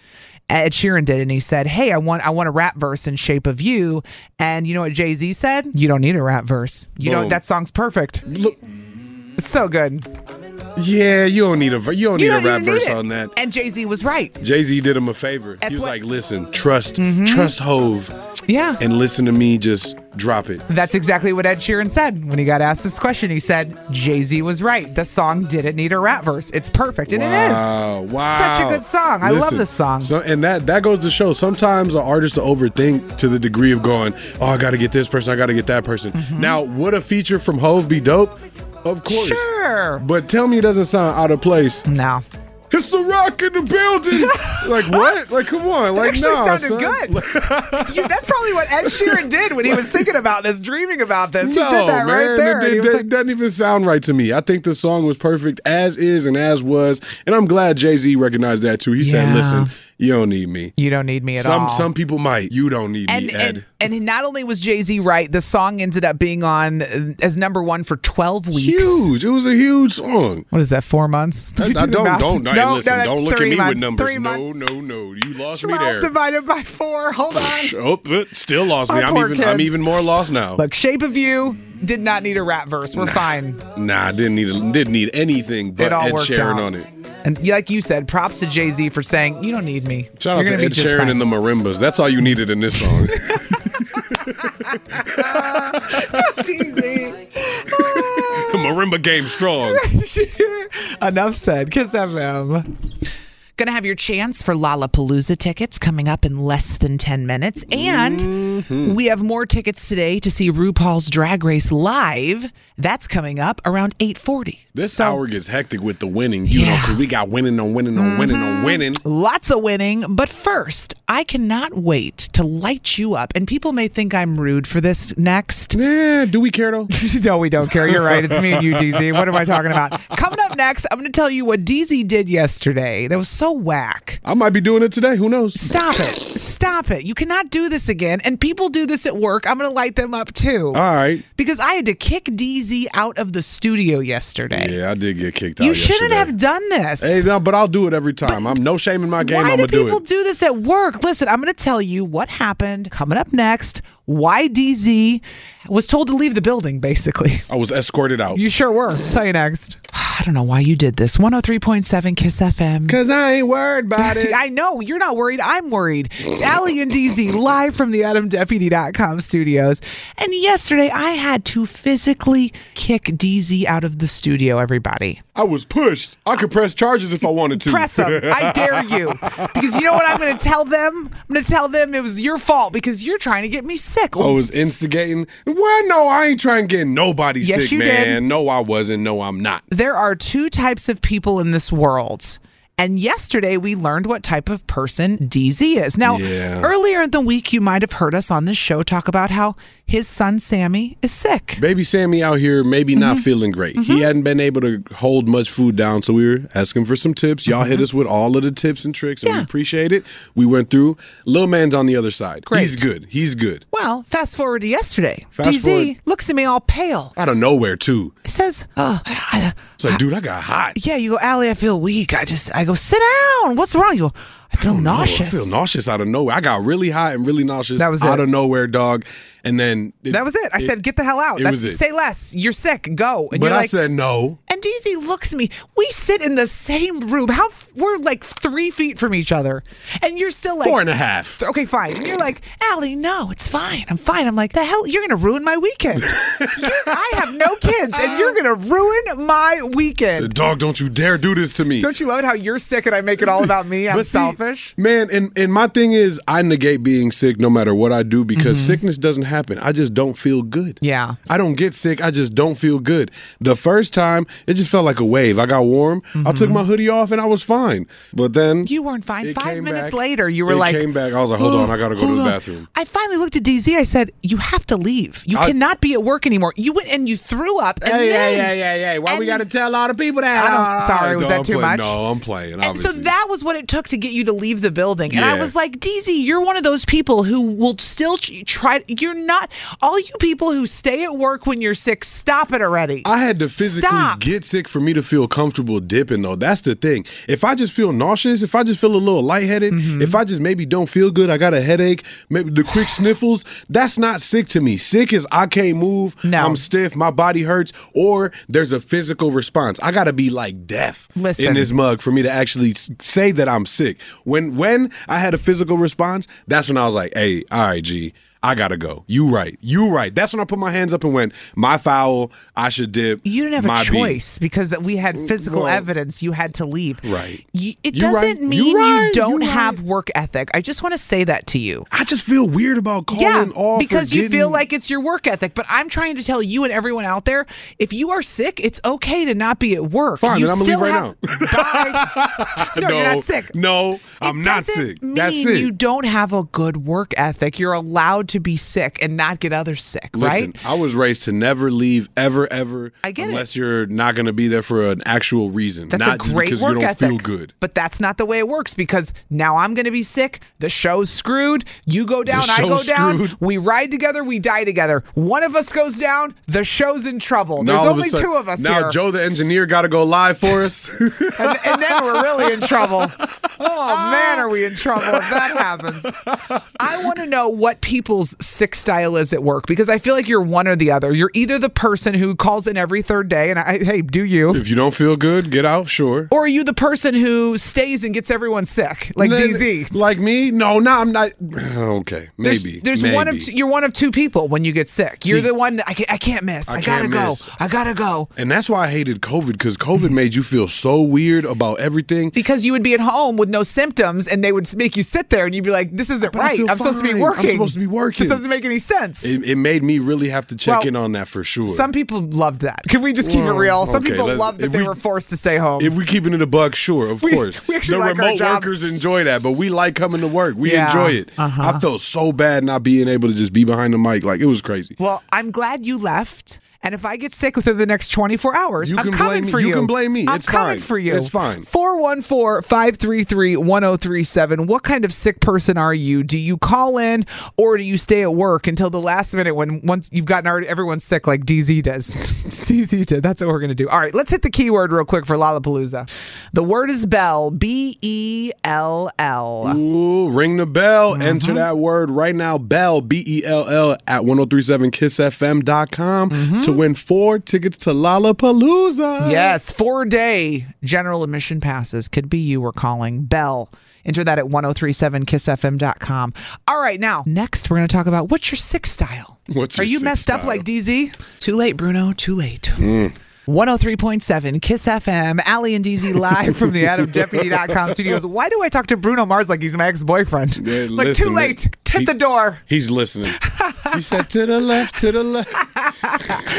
Speaker 2: Ed Sheeran did, and he said, "Hey, I want I want a rap verse in Shape of You." And you know what Jay Z said? You don't need a rap verse. You
Speaker 3: Boom.
Speaker 2: don't. That song's perfect. it's so good.
Speaker 3: Yeah, you don't need a ver- you don't
Speaker 2: You
Speaker 3: need
Speaker 2: don't
Speaker 3: a rap
Speaker 2: even need
Speaker 3: verse
Speaker 2: it.
Speaker 3: on that.
Speaker 2: And Jay Z was right.
Speaker 3: Jay Z did him a favor.
Speaker 2: That's
Speaker 3: he was
Speaker 2: what- Mm-hmm.
Speaker 3: like, "Listen, trust, trust Hove,
Speaker 2: Yeah.
Speaker 3: and listen to me. Just drop it."
Speaker 2: That's exactly what Ed Sheeran said when he got asked this question. He said, "Jay Z was right. The song didn't need a rap verse. It's perfect, and
Speaker 3: Wow,
Speaker 2: it is.
Speaker 3: wow.
Speaker 2: Such a good song. I love
Speaker 3: Listen,
Speaker 2: this song.
Speaker 3: So, and that that goes to show sometimes an artist to overthink to the degree of going, oh, I got to get this person, I got to get that person.
Speaker 2: Mm-hmm.
Speaker 3: Now, would a feature from Hove be dope? Of course.
Speaker 2: Sure.
Speaker 3: But tell me it doesn't sound out of place.
Speaker 2: No.
Speaker 3: It's the rock in the building. like what? Like come on.
Speaker 2: That
Speaker 3: Like
Speaker 2: actually
Speaker 3: no.
Speaker 2: sounded
Speaker 3: son.
Speaker 2: good. You- that's probably what Ed Sheeran did when he was thinking about this, dreaming about this.
Speaker 3: No,
Speaker 2: he did that
Speaker 3: man,
Speaker 2: right there.
Speaker 3: That,
Speaker 2: and he
Speaker 3: that-
Speaker 2: was
Speaker 3: that
Speaker 2: like,
Speaker 3: doesn't even sound right to me. I think the song was perfect as is and as was. And I'm glad Jay Z recognized that too. He
Speaker 2: Yeah.
Speaker 3: said, listen, you don't need me.
Speaker 2: You don't need me at
Speaker 3: some,
Speaker 2: all.
Speaker 3: Some people might. You don't need me, Ed.
Speaker 2: and he- not only was Jay Z right, the song ended up being on uh, as number one for twelve weeks.
Speaker 3: huge. It was a huge song.
Speaker 2: What is that? Four months? Did
Speaker 3: I-
Speaker 2: you
Speaker 3: I
Speaker 2: do the
Speaker 3: don't,
Speaker 2: math?
Speaker 3: don't,
Speaker 2: No,
Speaker 3: hey,
Speaker 2: no,
Speaker 3: listen,
Speaker 2: that's
Speaker 3: don't look at
Speaker 2: three
Speaker 3: me
Speaker 2: months,
Speaker 3: with numbers.
Speaker 2: Three
Speaker 3: No,
Speaker 2: months.
Speaker 3: no, no. You lost me
Speaker 2: Twelve
Speaker 3: there.
Speaker 2: divided by four. Hold on.
Speaker 3: Oh, but still lost me.
Speaker 2: Our
Speaker 3: I'm
Speaker 2: poor
Speaker 3: even, I'm
Speaker 2: kids.
Speaker 3: even more lost now.
Speaker 2: Look, Shape of You did not need a rap verse. We're fine.
Speaker 3: Nah, I didn't need, a- didn't need anything but
Speaker 2: It all
Speaker 3: Ed
Speaker 2: worked
Speaker 3: Sheeran
Speaker 2: out.
Speaker 3: on it.
Speaker 2: And like you said, props to Jay Z for saying you don't need me.
Speaker 3: Shout
Speaker 2: You're
Speaker 3: out to
Speaker 2: gonna be
Speaker 3: Ed
Speaker 2: just
Speaker 3: Sheeran
Speaker 2: fine."
Speaker 3: and the Marimbas. That's all you needed in this song.
Speaker 2: TZ.
Speaker 3: Marimba game strong.
Speaker 2: Enough said. Kiss FM. Gonna have your chance for Lollapalooza tickets coming up in less than 10 minutes. And
Speaker 3: Mm-hmm.
Speaker 2: we have more tickets today to see RuPaul's Drag Race live. That's coming up around 840.
Speaker 3: This hour gets hectic with the winning, you know, 'cause we got winning on winning on winning
Speaker 2: Mm-hmm.
Speaker 3: on winning.
Speaker 2: Lots of winning, but first, I cannot wait to light you up. And people may think I'm rude for this next.
Speaker 3: Yeah, do we care though?
Speaker 2: no, we don't care. You're right. It's me and you, DZ. What am I talking about? Coming up next, I'm going to tell you what DZ did yesterday. That was so whack.
Speaker 3: I might be doing it today. Who knows?
Speaker 2: Stop it. Stop it. You cannot do this again. And people do this at work. I'm going to light them up too. All
Speaker 3: right.
Speaker 2: Because I had to kick DZ out of the studio yesterday.
Speaker 3: Yeah, I did get kicked out.
Speaker 2: You shouldn't
Speaker 3: yesterday.
Speaker 2: have done this.
Speaker 3: Hey, no, but I'll do it every time. I'm no shame in my game.
Speaker 2: Why
Speaker 3: I'm
Speaker 2: do
Speaker 3: gonna do
Speaker 2: people
Speaker 3: it.
Speaker 2: do this at work? Listen, I'm going to tell you what happened coming up next. Why DZ was told to leave the building, basically.
Speaker 3: I was escorted out.
Speaker 2: You sure were. Tell you next. I don't know why you did this. 103.7 Kiss FM.
Speaker 3: Because I ain't worried about it.
Speaker 2: I know. You're not worried. I'm worried. It's Allie and DZ live from the AdamDeputy.com studios. And yesterday, I had to physically kick DZ out of the studio, everybody.
Speaker 3: I was pushed. I could press charges if I wanted to.
Speaker 2: Press them. I dare you. Because you know what I'm going to tell them? I'm going to tell them it was your fault because you're trying to get me sick.
Speaker 3: I was instigating. Well, no, I ain't trying to get nobody
Speaker 2: Yes,
Speaker 3: sick,
Speaker 2: you did.
Speaker 3: man. No, I wasn't. No, I'm not.
Speaker 2: there are two types of people in this world. And yesterday we learned what type of person DZ is. Now,
Speaker 3: Yeah.
Speaker 2: earlier in the week, you might have heard us on this show talk about how his son Sammy is sick.
Speaker 3: Baby Sammy out here maybe
Speaker 2: Mm-hmm.
Speaker 3: not feeling great. He hadn't been able to hold much food down, so we were asking for some tips. Y'all
Speaker 2: Mm-hmm.
Speaker 3: hit us with all of the tips and tricks, and we appreciate it. We went through. Little man's on the other side.
Speaker 2: Great.
Speaker 3: He's good. He's good.
Speaker 2: Well, fast forward to yesterday.
Speaker 3: Fast
Speaker 2: DZ
Speaker 3: forward.
Speaker 2: looks at me all pale.
Speaker 3: Out of nowhere too.
Speaker 2: It says, uh,
Speaker 3: It's like, dude, I got hot.
Speaker 2: yeah, you go, Allie, I feel weak. I just, I go, sit down. What's wrong? You go, I feel nauseous.
Speaker 3: I feel nauseous out of nowhere. I got really hot and really nauseous
Speaker 2: That was
Speaker 3: out
Speaker 2: it.
Speaker 3: of nowhere, dog. And then it-
Speaker 2: that was it. I said, get the hell out.
Speaker 3: It
Speaker 2: That's,
Speaker 3: was it.
Speaker 2: Say less. You're sick. Go. And
Speaker 3: but
Speaker 2: you're
Speaker 3: I
Speaker 2: like,
Speaker 3: said no.
Speaker 2: and DZ looks at me. We sit in the same room. How f- we're like three feet from each other, and you're still like
Speaker 3: Four and a half.
Speaker 2: Okay, fine. And you're like, Allie, no, it's fine. I'm fine. I'm like, the hell, you're gonna ruin my weekend. I have no kids, and you're gonna ruin my
Speaker 3: I said,
Speaker 2: weekend.
Speaker 3: dog, don't you dare do this to me.
Speaker 2: Don't you love it how you're sick and I make it all about me? I'm
Speaker 3: But see,
Speaker 2: selfish.
Speaker 3: Man, and, and my thing is, I negate being sick no matter what I do because sickness doesn't happen. I just don't feel good.
Speaker 2: Mm-hmm. Yeah.
Speaker 3: I don't get sick. I just don't feel good. The first time, it just felt like a wave. I got warm. I took my hoodie off and I was fine. But then
Speaker 2: Mm-hmm. You weren't fine. Five minutes
Speaker 3: back.
Speaker 2: later, you were
Speaker 3: It
Speaker 2: like,
Speaker 3: came back. I was like, hold
Speaker 2: "Oh,
Speaker 3: on, I gotta go to
Speaker 2: hold
Speaker 3: the
Speaker 2: on."
Speaker 3: bathroom.
Speaker 2: I finally looked at DZ. I said, "You have to leave. You
Speaker 3: I-
Speaker 2: cannot be at work anymore." You went and you threw up. And
Speaker 3: Hey, hey,
Speaker 2: then,
Speaker 3: hey, hey, hey, why we gotta tell all the people
Speaker 2: I don't. sorry,
Speaker 3: Ah,
Speaker 2: was
Speaker 3: no,
Speaker 2: that
Speaker 3: I'm
Speaker 2: too
Speaker 3: playing-
Speaker 2: much?
Speaker 3: No, I'm playing.
Speaker 2: And so
Speaker 3: Obviously.
Speaker 2: that was what it took to get you to leave the building. And I
Speaker 3: Yeah.
Speaker 2: was like, DZ, you're one of those people who will still ch- try. You're not all you people who stay at work when you're sick. Stop it already.
Speaker 3: I had to physically
Speaker 2: Stop.
Speaker 3: get sick for me to feel comfortable dipping, though. That's the thing. If I just feel nauseous, if I just feel a little lightheaded,
Speaker 2: Mm-hmm.
Speaker 3: if I just maybe don't feel good, I got a headache, maybe the quick sniffles, that's not sick to me. Sick is I can't move, I'm stiff, my body hurts, or there's a physical response. I got to be like deaf
Speaker 2: Listen.
Speaker 3: in this mug for me to actually s- say that I'm sick. When when I had a physical response, that's when I was like, "Hey, all right, G, I gotta go. You right, you right." That's when I put my hands up and went, "My foul. I should dip."
Speaker 2: You didn't have
Speaker 3: my
Speaker 2: a
Speaker 3: beat." Mm,
Speaker 2: choice because we had physical
Speaker 3: well-
Speaker 2: evidence. You had to leave.
Speaker 3: Right.
Speaker 2: Y- It
Speaker 3: You right.
Speaker 2: doesn't
Speaker 3: You
Speaker 2: mean you,
Speaker 3: right. You
Speaker 2: don't
Speaker 3: right.
Speaker 2: have work ethic. I just want to say that to you.
Speaker 3: I just feel weird about calling
Speaker 2: yeah,
Speaker 3: off or
Speaker 2: because you feel
Speaker 3: getting-
Speaker 2: like it's your work ethic. But I'm trying to tell you and everyone out there, if you are sick, it's okay to not be at work.
Speaker 3: Fine,
Speaker 2: you
Speaker 3: then I'm gonna
Speaker 2: still
Speaker 3: leave right
Speaker 2: have-
Speaker 3: now.
Speaker 2: No, you're not sick.
Speaker 3: No, I'm not sick. That's
Speaker 2: mean
Speaker 3: it.
Speaker 2: You don't have a good work ethic. You're allowed to be sick and not get others sick,
Speaker 3: Listen,
Speaker 2: right?
Speaker 3: I was raised to never leave ever, ever,
Speaker 2: I get it.
Speaker 3: unless you're not going to be there for an actual reason.
Speaker 2: That's
Speaker 3: not
Speaker 2: a
Speaker 3: just
Speaker 2: great
Speaker 3: because
Speaker 2: work
Speaker 3: you don't
Speaker 2: ethic.
Speaker 3: feel good.
Speaker 2: But that's not the way it works because now I'm going to be sick. The show's screwed. You go down, I go
Speaker 3: show's
Speaker 2: down.
Speaker 3: screwed.
Speaker 2: We ride together, we die together. One of us goes down, the show's in trouble.
Speaker 3: Now
Speaker 2: There's
Speaker 3: all a
Speaker 2: only
Speaker 3: sudden-
Speaker 2: two of us
Speaker 3: Now
Speaker 2: here.
Speaker 3: Joe the engineer got to go live for us.
Speaker 2: and, and then we're really in trouble. Oh man, are we in trouble if that happens? I want to know what people's sick style is at work because I feel like you're one or the other. You're either the person who calls in every third day, and I hey, do you?
Speaker 3: if you don't feel good, get out. Sure.
Speaker 2: Or are you the person who stays and gets everyone sick, like
Speaker 3: Then-
Speaker 2: DZ?
Speaker 3: Like me? No, no, I'm not. Okay,
Speaker 2: There's-
Speaker 3: maybe.
Speaker 2: There's, one of
Speaker 3: maybe.
Speaker 2: two, you're one of two people when you get sick. You're
Speaker 3: See-
Speaker 2: the one that I, ca- I can't miss. I,
Speaker 3: I
Speaker 2: gotta
Speaker 3: can't
Speaker 2: go.
Speaker 3: miss.
Speaker 2: I gotta go.
Speaker 3: And that's why I hated COVID because COVID made you feel so weird about everything.
Speaker 2: Because you would be at home with no symptoms, and they would make you sit there, and you'd be like, "This isn't
Speaker 3: But I
Speaker 2: right. I'm
Speaker 3: feel
Speaker 2: supposed to be
Speaker 3: fine. I'm
Speaker 2: working.
Speaker 3: supposed to be working."
Speaker 2: This doesn't make any sense."
Speaker 3: It, it made me really have to check
Speaker 2: Well,
Speaker 3: in on that for sure.
Speaker 2: Some people loved that. Can we just keep it
Speaker 3: Well,
Speaker 2: real? Some
Speaker 3: okay,
Speaker 2: people
Speaker 3: let's-
Speaker 2: loved that
Speaker 3: if
Speaker 2: they
Speaker 3: we-
Speaker 2: were forced to stay home.
Speaker 3: If we're keeping it a buck, sure, of
Speaker 2: We-
Speaker 3: course.
Speaker 2: we actually
Speaker 3: the
Speaker 2: like our
Speaker 3: remote
Speaker 2: job.
Speaker 3: workers enjoy that, but we like coming to work. We
Speaker 2: Yeah,
Speaker 3: enjoy it.
Speaker 2: uh-huh.
Speaker 3: I felt so bad not being able to just be behind the mic. Like it was crazy.
Speaker 2: well, I'm glad you left. And if I get sick within the next 24 hours,
Speaker 3: You
Speaker 2: I'm
Speaker 3: can
Speaker 2: coming
Speaker 3: blame me.
Speaker 2: for you.
Speaker 3: You can blame me.
Speaker 2: I'm
Speaker 3: It's
Speaker 2: coming
Speaker 3: fine.
Speaker 2: for you.
Speaker 3: It's fine.
Speaker 2: 414-533-1037. What kind of sick person are you? Do you call in or do you stay at work until the last minute when once you've gotten already, everyone's sick like DZ does? DZ did. That's what we're going to do. All right, let's hit the keyword real quick for Lollapalooza. The word is bell. B E L L.
Speaker 3: Ooh, ring the bell.
Speaker 2: Mm-hmm.
Speaker 3: Enter that word right now. Bell, B E L L, at 1037kissfm.com
Speaker 2: Mm-hmm.
Speaker 3: to win four tickets to Lollapalooza.
Speaker 2: Yes, four day general admission passes. Could be you were calling Bell. Enter that at 1037kissfm.com. All right, now, next we're going to talk about what's your sick style?
Speaker 3: What's
Speaker 2: Are
Speaker 3: your
Speaker 2: you
Speaker 3: sick
Speaker 2: messed up
Speaker 3: style?
Speaker 2: like Hmm. DZ? Too late, Bruno. Too late. 103.7 Kiss FM, Allie and DZ live from the AdamDeputy.com studios. Why do I talk to Bruno Mars like he's my ex boyfriend?
Speaker 3: Yeah,
Speaker 2: like,
Speaker 3: listen,
Speaker 2: too
Speaker 3: man.
Speaker 2: late. Hit
Speaker 3: He-
Speaker 2: the door.
Speaker 3: He's listening. he said, to the left, to the left.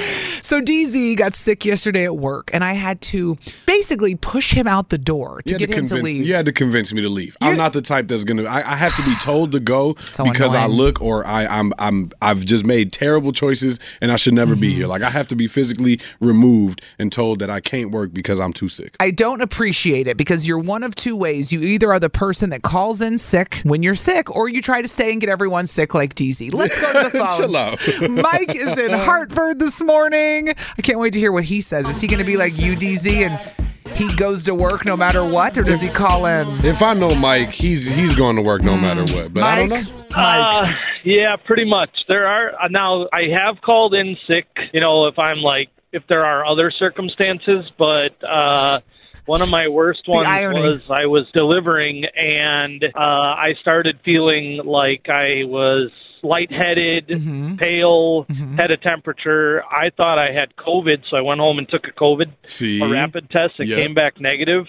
Speaker 2: So DZ got sick yesterday at work, and I had to basically push him out the door to
Speaker 3: had
Speaker 2: get him to
Speaker 3: convince,
Speaker 2: leave.
Speaker 3: You had to convince me to leave. I'm not the type that's gonna. I, I have to be told to go because I
Speaker 2: annoying.
Speaker 3: look or I, I'm I'm I've just made terrible choices and I should never be
Speaker 2: Mm-hmm.
Speaker 3: here. Like I have to be physically removed and told that I can't work because I'm too sick.
Speaker 2: I don't appreciate it because you're one of two ways. You either are the person that calls in sick when you're sick, or you try to stay and get everyone sick like DZ. Let's go to the phones.
Speaker 3: Chill out.
Speaker 2: Mike is in Hartford this morning. I can't wait to hear what he says. Is he going to be like you, DZ, and he goes to work no matter what, or does he call in?
Speaker 3: If I know Mike, he's he's going to work no matter
Speaker 2: Mm.
Speaker 3: what. But I don't know.
Speaker 16: Uh, yeah, pretty much. There are uh, now. I have called in sick. You know, if I'm like, if there are other circumstances, but uh, one of my worst ones
Speaker 2: irony.
Speaker 16: was I was delivering and uh, I started feeling like I was lightheaded, pale, had a temperature. I thought I had COVID, so I went home and took a COVID,
Speaker 3: See?
Speaker 16: a rapid test. It
Speaker 3: Yeah.
Speaker 16: came back negative.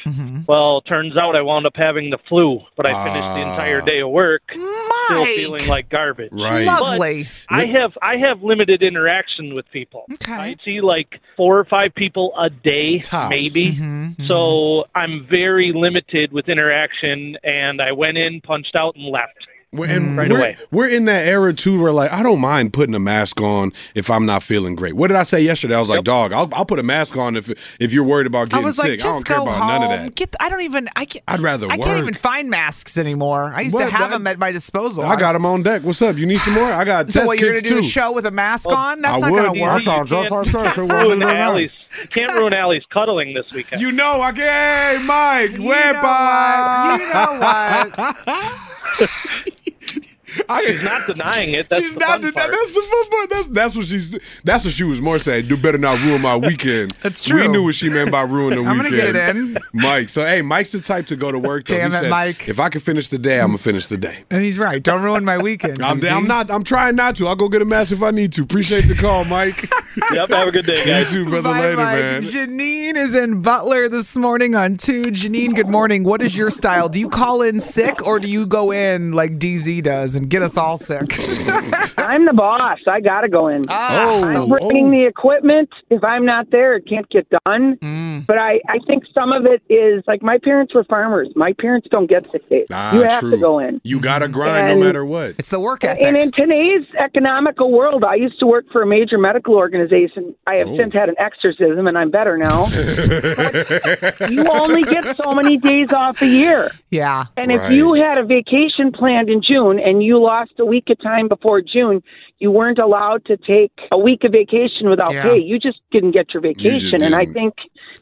Speaker 16: Well, turns out I wound up having the flu, but I finished the
Speaker 3: Ah.
Speaker 16: entire day of work still feeling like garbage.
Speaker 3: Right.
Speaker 2: Lovely.
Speaker 16: But I have I have limited interaction with people.
Speaker 2: Okay.
Speaker 16: I see like four or five people a day, maybe.
Speaker 2: Mm-hmm,
Speaker 16: So I'm very limited with interaction, and I went in, punched out, and left.
Speaker 2: Mm.
Speaker 16: right
Speaker 3: we're,
Speaker 16: away.
Speaker 3: we're in that era too where like I don't mind putting a mask on if I'm not feeling great. What did I say yesterday? I was like, dog, I'll, I'll put a mask on if if you're worried
Speaker 2: I
Speaker 3: about getting
Speaker 2: was
Speaker 3: sick.
Speaker 2: like,
Speaker 3: I
Speaker 2: just
Speaker 3: don't care
Speaker 2: go
Speaker 3: about
Speaker 2: home.
Speaker 3: none of that.
Speaker 2: Get. The, I don't even. I can't.
Speaker 3: I'd rather
Speaker 2: I
Speaker 3: work.
Speaker 2: can't even find masks anymore. I used
Speaker 3: What?
Speaker 2: to have
Speaker 3: I-
Speaker 2: them at my disposal.
Speaker 3: I got them on deck. What's up? You need some more? I got
Speaker 2: So
Speaker 3: test
Speaker 2: what you're gonna
Speaker 3: kits
Speaker 2: do
Speaker 3: too. Oh.
Speaker 2: a show with a mask on? That's
Speaker 3: I
Speaker 2: not
Speaker 3: would.
Speaker 2: gonna work.
Speaker 3: That's all just like that. If it wasn't
Speaker 16: ruin
Speaker 3: in there.
Speaker 16: Allie's, you can't ruin Allie's cuddling this weekend.
Speaker 3: You know, I gay Mike, wepa.
Speaker 2: You know what?
Speaker 16: She's not denying it. That's
Speaker 3: she's
Speaker 16: the
Speaker 3: not
Speaker 16: fun
Speaker 3: that.
Speaker 16: part.
Speaker 3: That's the fun part. That's that's what she's. That's what she was more saying. Do better not ruin my weekend. that's We
Speaker 2: true.
Speaker 3: knew what she meant by ruin the
Speaker 2: I'm
Speaker 3: weekend.
Speaker 2: gonna get it in.
Speaker 3: Mike. So hey, Mike's the type to go to work. Though.
Speaker 2: Damn
Speaker 3: he
Speaker 2: it,
Speaker 3: said,
Speaker 2: Mike.
Speaker 3: If I can finish the day, I'm gonna finish the day.
Speaker 2: And he's right. Don't ruin my weekend.
Speaker 3: I'm,
Speaker 2: DZ.
Speaker 3: I'm not. I'm trying not to. I'll go get a mask if I need to. Appreciate the call, Mike.
Speaker 16: yep. Have a good day,
Speaker 3: guys. You too, brother.
Speaker 2: Bye,
Speaker 3: later,
Speaker 2: Mike.
Speaker 3: man.
Speaker 2: Janine is in Butler this morning on two. Janine, good morning. What is your style? Do you call in sick or do you go in like DZ does and get us all sick?
Speaker 17: I'm the boss. I gotta go in.
Speaker 3: Ah. Oh.
Speaker 17: I'm bringing the equipment. If I'm not there, it can't get done.
Speaker 3: Mm.
Speaker 17: But I, I think some of it is like my parents were farmers. My parents don't get sick days.
Speaker 3: Ah,
Speaker 17: you have to
Speaker 3: true.
Speaker 17: go in.
Speaker 3: You
Speaker 2: Mm-hmm.
Speaker 3: gotta grind
Speaker 17: And-
Speaker 3: no matter what.
Speaker 2: It's the work
Speaker 17: And in today's economical world, I used to work for a major medical organization. I have since
Speaker 3: Oh.
Speaker 17: had an exorcism, and I'm better now. you only get so many days off a year.
Speaker 2: Yeah.
Speaker 17: And if you had a vacation planned in June and you lost a week of time before June, you weren't allowed to take a week of vacation without
Speaker 18: Yeah.
Speaker 17: pay. You just didn't get your vacation. And I think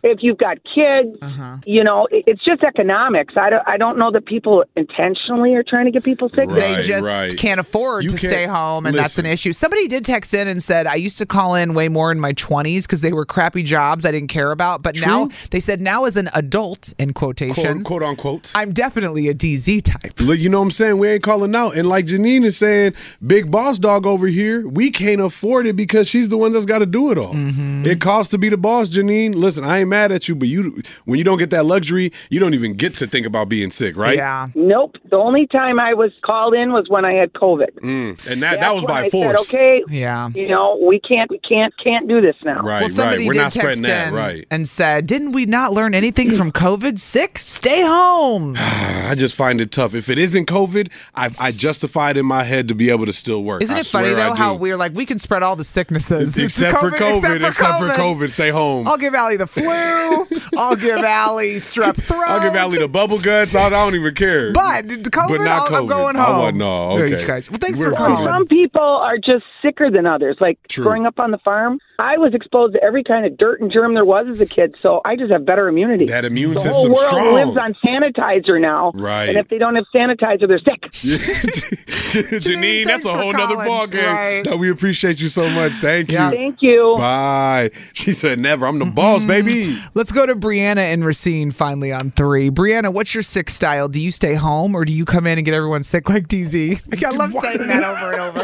Speaker 17: if you've got kids, you know, it- it's just economics. I don't, I don't know that people intentionally are trying to get people sick.
Speaker 2: they just can't afford
Speaker 17: You
Speaker 2: to
Speaker 17: can't-
Speaker 2: stay home, and that's an issue. Somebody did text in and said, I used to call in way more in my 20s because they were crappy jobs I didn't care about. But now, they said, now as an adult, in
Speaker 3: Quote,
Speaker 2: quotations,
Speaker 3: quote unquote.
Speaker 2: I'm definitely a DZ type.
Speaker 3: Look, you know what I'm saying? We ain't calling out. And like Janine is saying, big boss dog over here, we can't afford it because she's the one that's got to do it all.
Speaker 2: Mm-hmm.
Speaker 3: It costs to be the boss, Janine. Listen, I ain't mad at you, but you when you don't get that luxury, you don't even get to think about being sick, right?
Speaker 17: Nope. The only time I was called in was when I had COVID.
Speaker 3: Mm. And that, that was
Speaker 17: That's when
Speaker 3: by
Speaker 17: I
Speaker 3: force.
Speaker 17: Said, okay.
Speaker 2: Yeah.
Speaker 17: You know, we can't, we can't, can't do this now.
Speaker 3: Right,
Speaker 2: well, somebody
Speaker 3: right. We're
Speaker 2: did
Speaker 3: not
Speaker 2: text
Speaker 3: spreading that,
Speaker 2: in
Speaker 3: right.
Speaker 2: and said, didn't we not learn anything from COVID? Sick, stay home.
Speaker 3: I just find it tough. If it isn't COVID, I, I justify it in my head to be able to still work.
Speaker 2: Isn't
Speaker 3: I
Speaker 2: it funny
Speaker 3: swear I
Speaker 2: though how
Speaker 3: do.
Speaker 2: we're like we can spread all the sicknesses It's
Speaker 3: Except for COVID,
Speaker 2: except for
Speaker 3: except for
Speaker 2: COVID.
Speaker 3: COVID, stay home.
Speaker 2: I'll give Allie the flu. I'll give Allie strep throat.
Speaker 3: I'll give Allie the bubble guts. I don't even care.
Speaker 2: But the COVID, I'll- I'm going
Speaker 3: I want-
Speaker 2: home.
Speaker 3: Oh, no,
Speaker 2: Yeah,
Speaker 3: okay.
Speaker 2: you guys- well, thanks
Speaker 3: We're
Speaker 2: for
Speaker 3: cool.
Speaker 2: calling.
Speaker 17: Some people are just sicker than others. Like growing up on the farm, I was exposed to every kind of dirt and germ there was as a kid, so I just have better immunity.
Speaker 3: That immune
Speaker 17: the
Speaker 3: system's
Speaker 17: whole world
Speaker 3: strong.
Speaker 17: lives on sanitizer now,
Speaker 3: Right.
Speaker 17: And if they don't have sanitizer, they're sick.
Speaker 3: Janine, that's a
Speaker 17: thanks for
Speaker 3: whole nother
Speaker 17: calling.
Speaker 3: ball game.
Speaker 17: Right.
Speaker 3: No, we appreciate you so much. Thank you.
Speaker 17: Yeah. Thank you.
Speaker 3: Bye. She said, never. I'm the boss,
Speaker 2: Mm-hmm.
Speaker 3: baby.
Speaker 2: Let's go to Brianna and Racine finally on three. Brianna, what's your sick style? Do you stay home or do you come in and get everyone sick like DZ? Like, I love saying that over and over.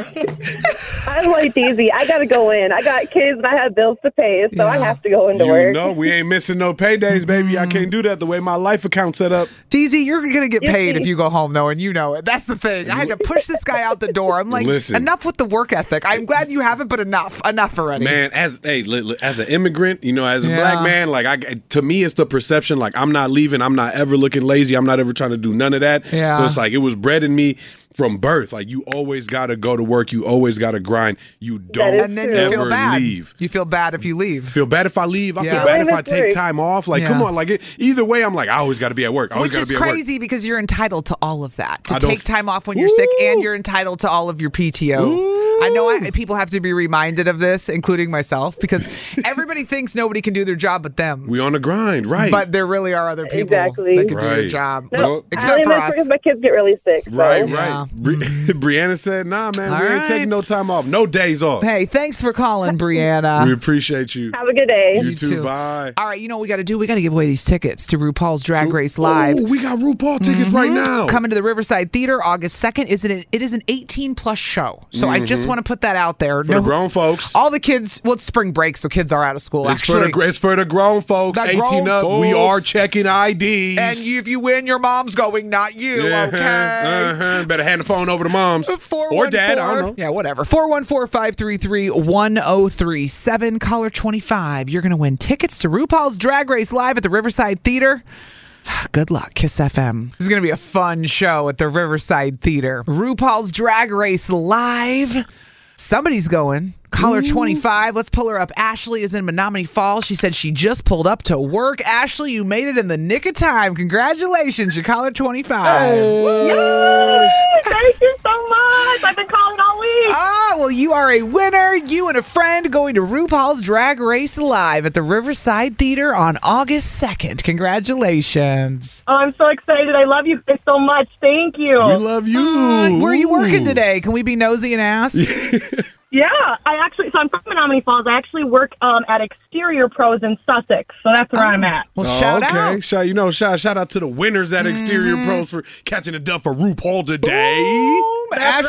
Speaker 19: I'm like DZ. I gotta go in. I got kids and I have bills to pay, so I have to go into
Speaker 3: You
Speaker 19: work.
Speaker 3: know, we ain't missing no paydays, baby. I can't do that the way my life account set up.
Speaker 2: DZ, you're gonna get
Speaker 3: You
Speaker 2: paid
Speaker 3: see-
Speaker 2: if you go home though, and you know it. That's the thing. I had to push this guy out the door. I'm like,
Speaker 3: Listen.
Speaker 2: enough with the work ethic. I'm glad you have it, but enough, enough already.
Speaker 3: Man, as hey, li- li- as an immigrant, you know, as a black
Speaker 2: Yeah.
Speaker 3: man, like I, to me, it's the perception like I'm not leaving, I'm not ever looking lazy, I'm not ever trying to do none of that.
Speaker 2: Yeah.
Speaker 3: So it's like it was bred in me from birth. Like you always got to go to work, you always got to grind, you don't
Speaker 2: and then you
Speaker 3: ever
Speaker 2: feel bad.
Speaker 3: leave.
Speaker 2: You feel bad if you leave.
Speaker 3: Feel bad if I leave. I
Speaker 2: Yeah.
Speaker 3: feel bad
Speaker 2: Totally
Speaker 3: if I
Speaker 2: agree.
Speaker 3: take time off. Like, come
Speaker 2: Yeah.
Speaker 3: on. Like, it, either way, I'm like, I always got to be at work. I always
Speaker 2: Which
Speaker 3: got to
Speaker 2: is
Speaker 3: be at
Speaker 2: crazy because you're entitled to all of that. To
Speaker 3: I don't
Speaker 2: take
Speaker 3: f-
Speaker 2: time off when you're sick and you're entitled to all of your PTO. I know I, people have to be reminded of this, including myself, because everybody thinks nobody can do their job but them.
Speaker 3: We on the grind, right?
Speaker 2: But there really are other people
Speaker 3: Exactly.
Speaker 2: that can do their
Speaker 3: Right.
Speaker 2: job.
Speaker 3: No, Well-
Speaker 2: except for us.
Speaker 19: because my kids get really sick. so-
Speaker 3: Right, right. Bri-
Speaker 2: Mm-hmm.
Speaker 3: Brianna said, "Nah, man, we ain't taking no time off, no days off.
Speaker 2: Hey, thanks for calling,
Speaker 3: we
Speaker 2: Brianna.
Speaker 3: appreciate you.
Speaker 19: Have a good day.
Speaker 3: You, too. Bye.
Speaker 2: All right, you know what we got to do? We got to give away these tickets to RuPaul's Drag Race Live.
Speaker 3: Ooh, we got RuPaul tickets right now.
Speaker 2: Mm-hmm. Coming to the Riverside Theater August 2nd. Is it an, it is an 18 plus show. Mm-hmm. So I just
Speaker 3: Mhm.
Speaker 2: want to put that out there.
Speaker 3: For the grown folks.
Speaker 2: All the kids, well, it's spring break, so kids are out of school
Speaker 3: It's for,
Speaker 2: actually.
Speaker 3: the, gr- it's for the grown folks,
Speaker 2: The
Speaker 3: 18
Speaker 2: grown
Speaker 3: up. We
Speaker 2: folks.
Speaker 3: are checking IDs.
Speaker 2: and you, if you win, your mom's going, not you.
Speaker 3: Yeah,
Speaker 2: Okay.
Speaker 3: uh-huh. Better hand the phone over to moms or dad. I don't know.
Speaker 2: Yeah, whatever. 414 533 1037. Caller 25. You're going to win tickets to RuPaul's Drag Race Live at the Riverside Theater. Good luck, Kiss FM. This is going to be a fun show at the Riverside Theater. RuPaul's Drag Race Live. Somebody's going. Caller 25. Let's pull her up. Ashley is in Menominee Falls. She said she just pulled up to work. Ashley, you made it in the nick of time. Congratulations. You're caller 25.
Speaker 19: Yay! Thank you so much. I've been calling all week.
Speaker 2: Ah, well, you are a winner. You and a friend going to RuPaul's Drag Race Live at the Riverside Theater on August 2nd. Congratulations.
Speaker 19: Oh, I'm so excited. I love you guys so much. Thank you.
Speaker 3: We love you.
Speaker 2: Uh, Where are you working today? Can we be nosy and ask?
Speaker 19: Yeah, I actually, so I'm from Menominee Falls. I actually work um, at Exterior Pros in Sussex, so that's where I'm at.
Speaker 3: Oh, okay. Shout, you know, shout, shout out to the winners at Exterior Pros for catching the dub for RuPaul today.
Speaker 2: Ash,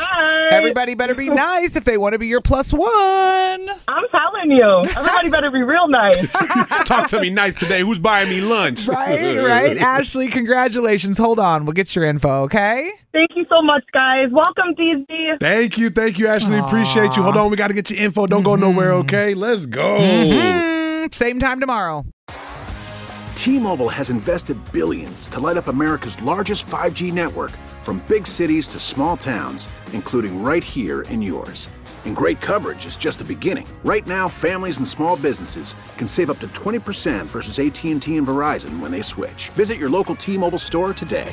Speaker 2: Everybody better be nice if they want to be your plus one. I'm
Speaker 19: telling you. Everybody better be real nice.
Speaker 3: Talk to me nice today. Who's buying me lunch?
Speaker 2: Right, right. Ashley, congratulations. Hold on. We'll get your info, okay?
Speaker 19: Thank you so much, guys. Welcome, DZ.
Speaker 3: Thank you, thank you, Ashley. Appreciate you. Hold on, we got to get your info. Don't go nowhere, okay? Let's go.
Speaker 2: Mhm. Mm-hmm. Same time tomorrow.
Speaker 20: T-Mobile has invested billions to light up America's largest 5G network from big cities to small towns, including right here in yours. And great coverage is just the beginning. Right now, families and small businesses can save up to 20% versus AT&T and Verizon when they switch. Visit your local T-Mobile store today.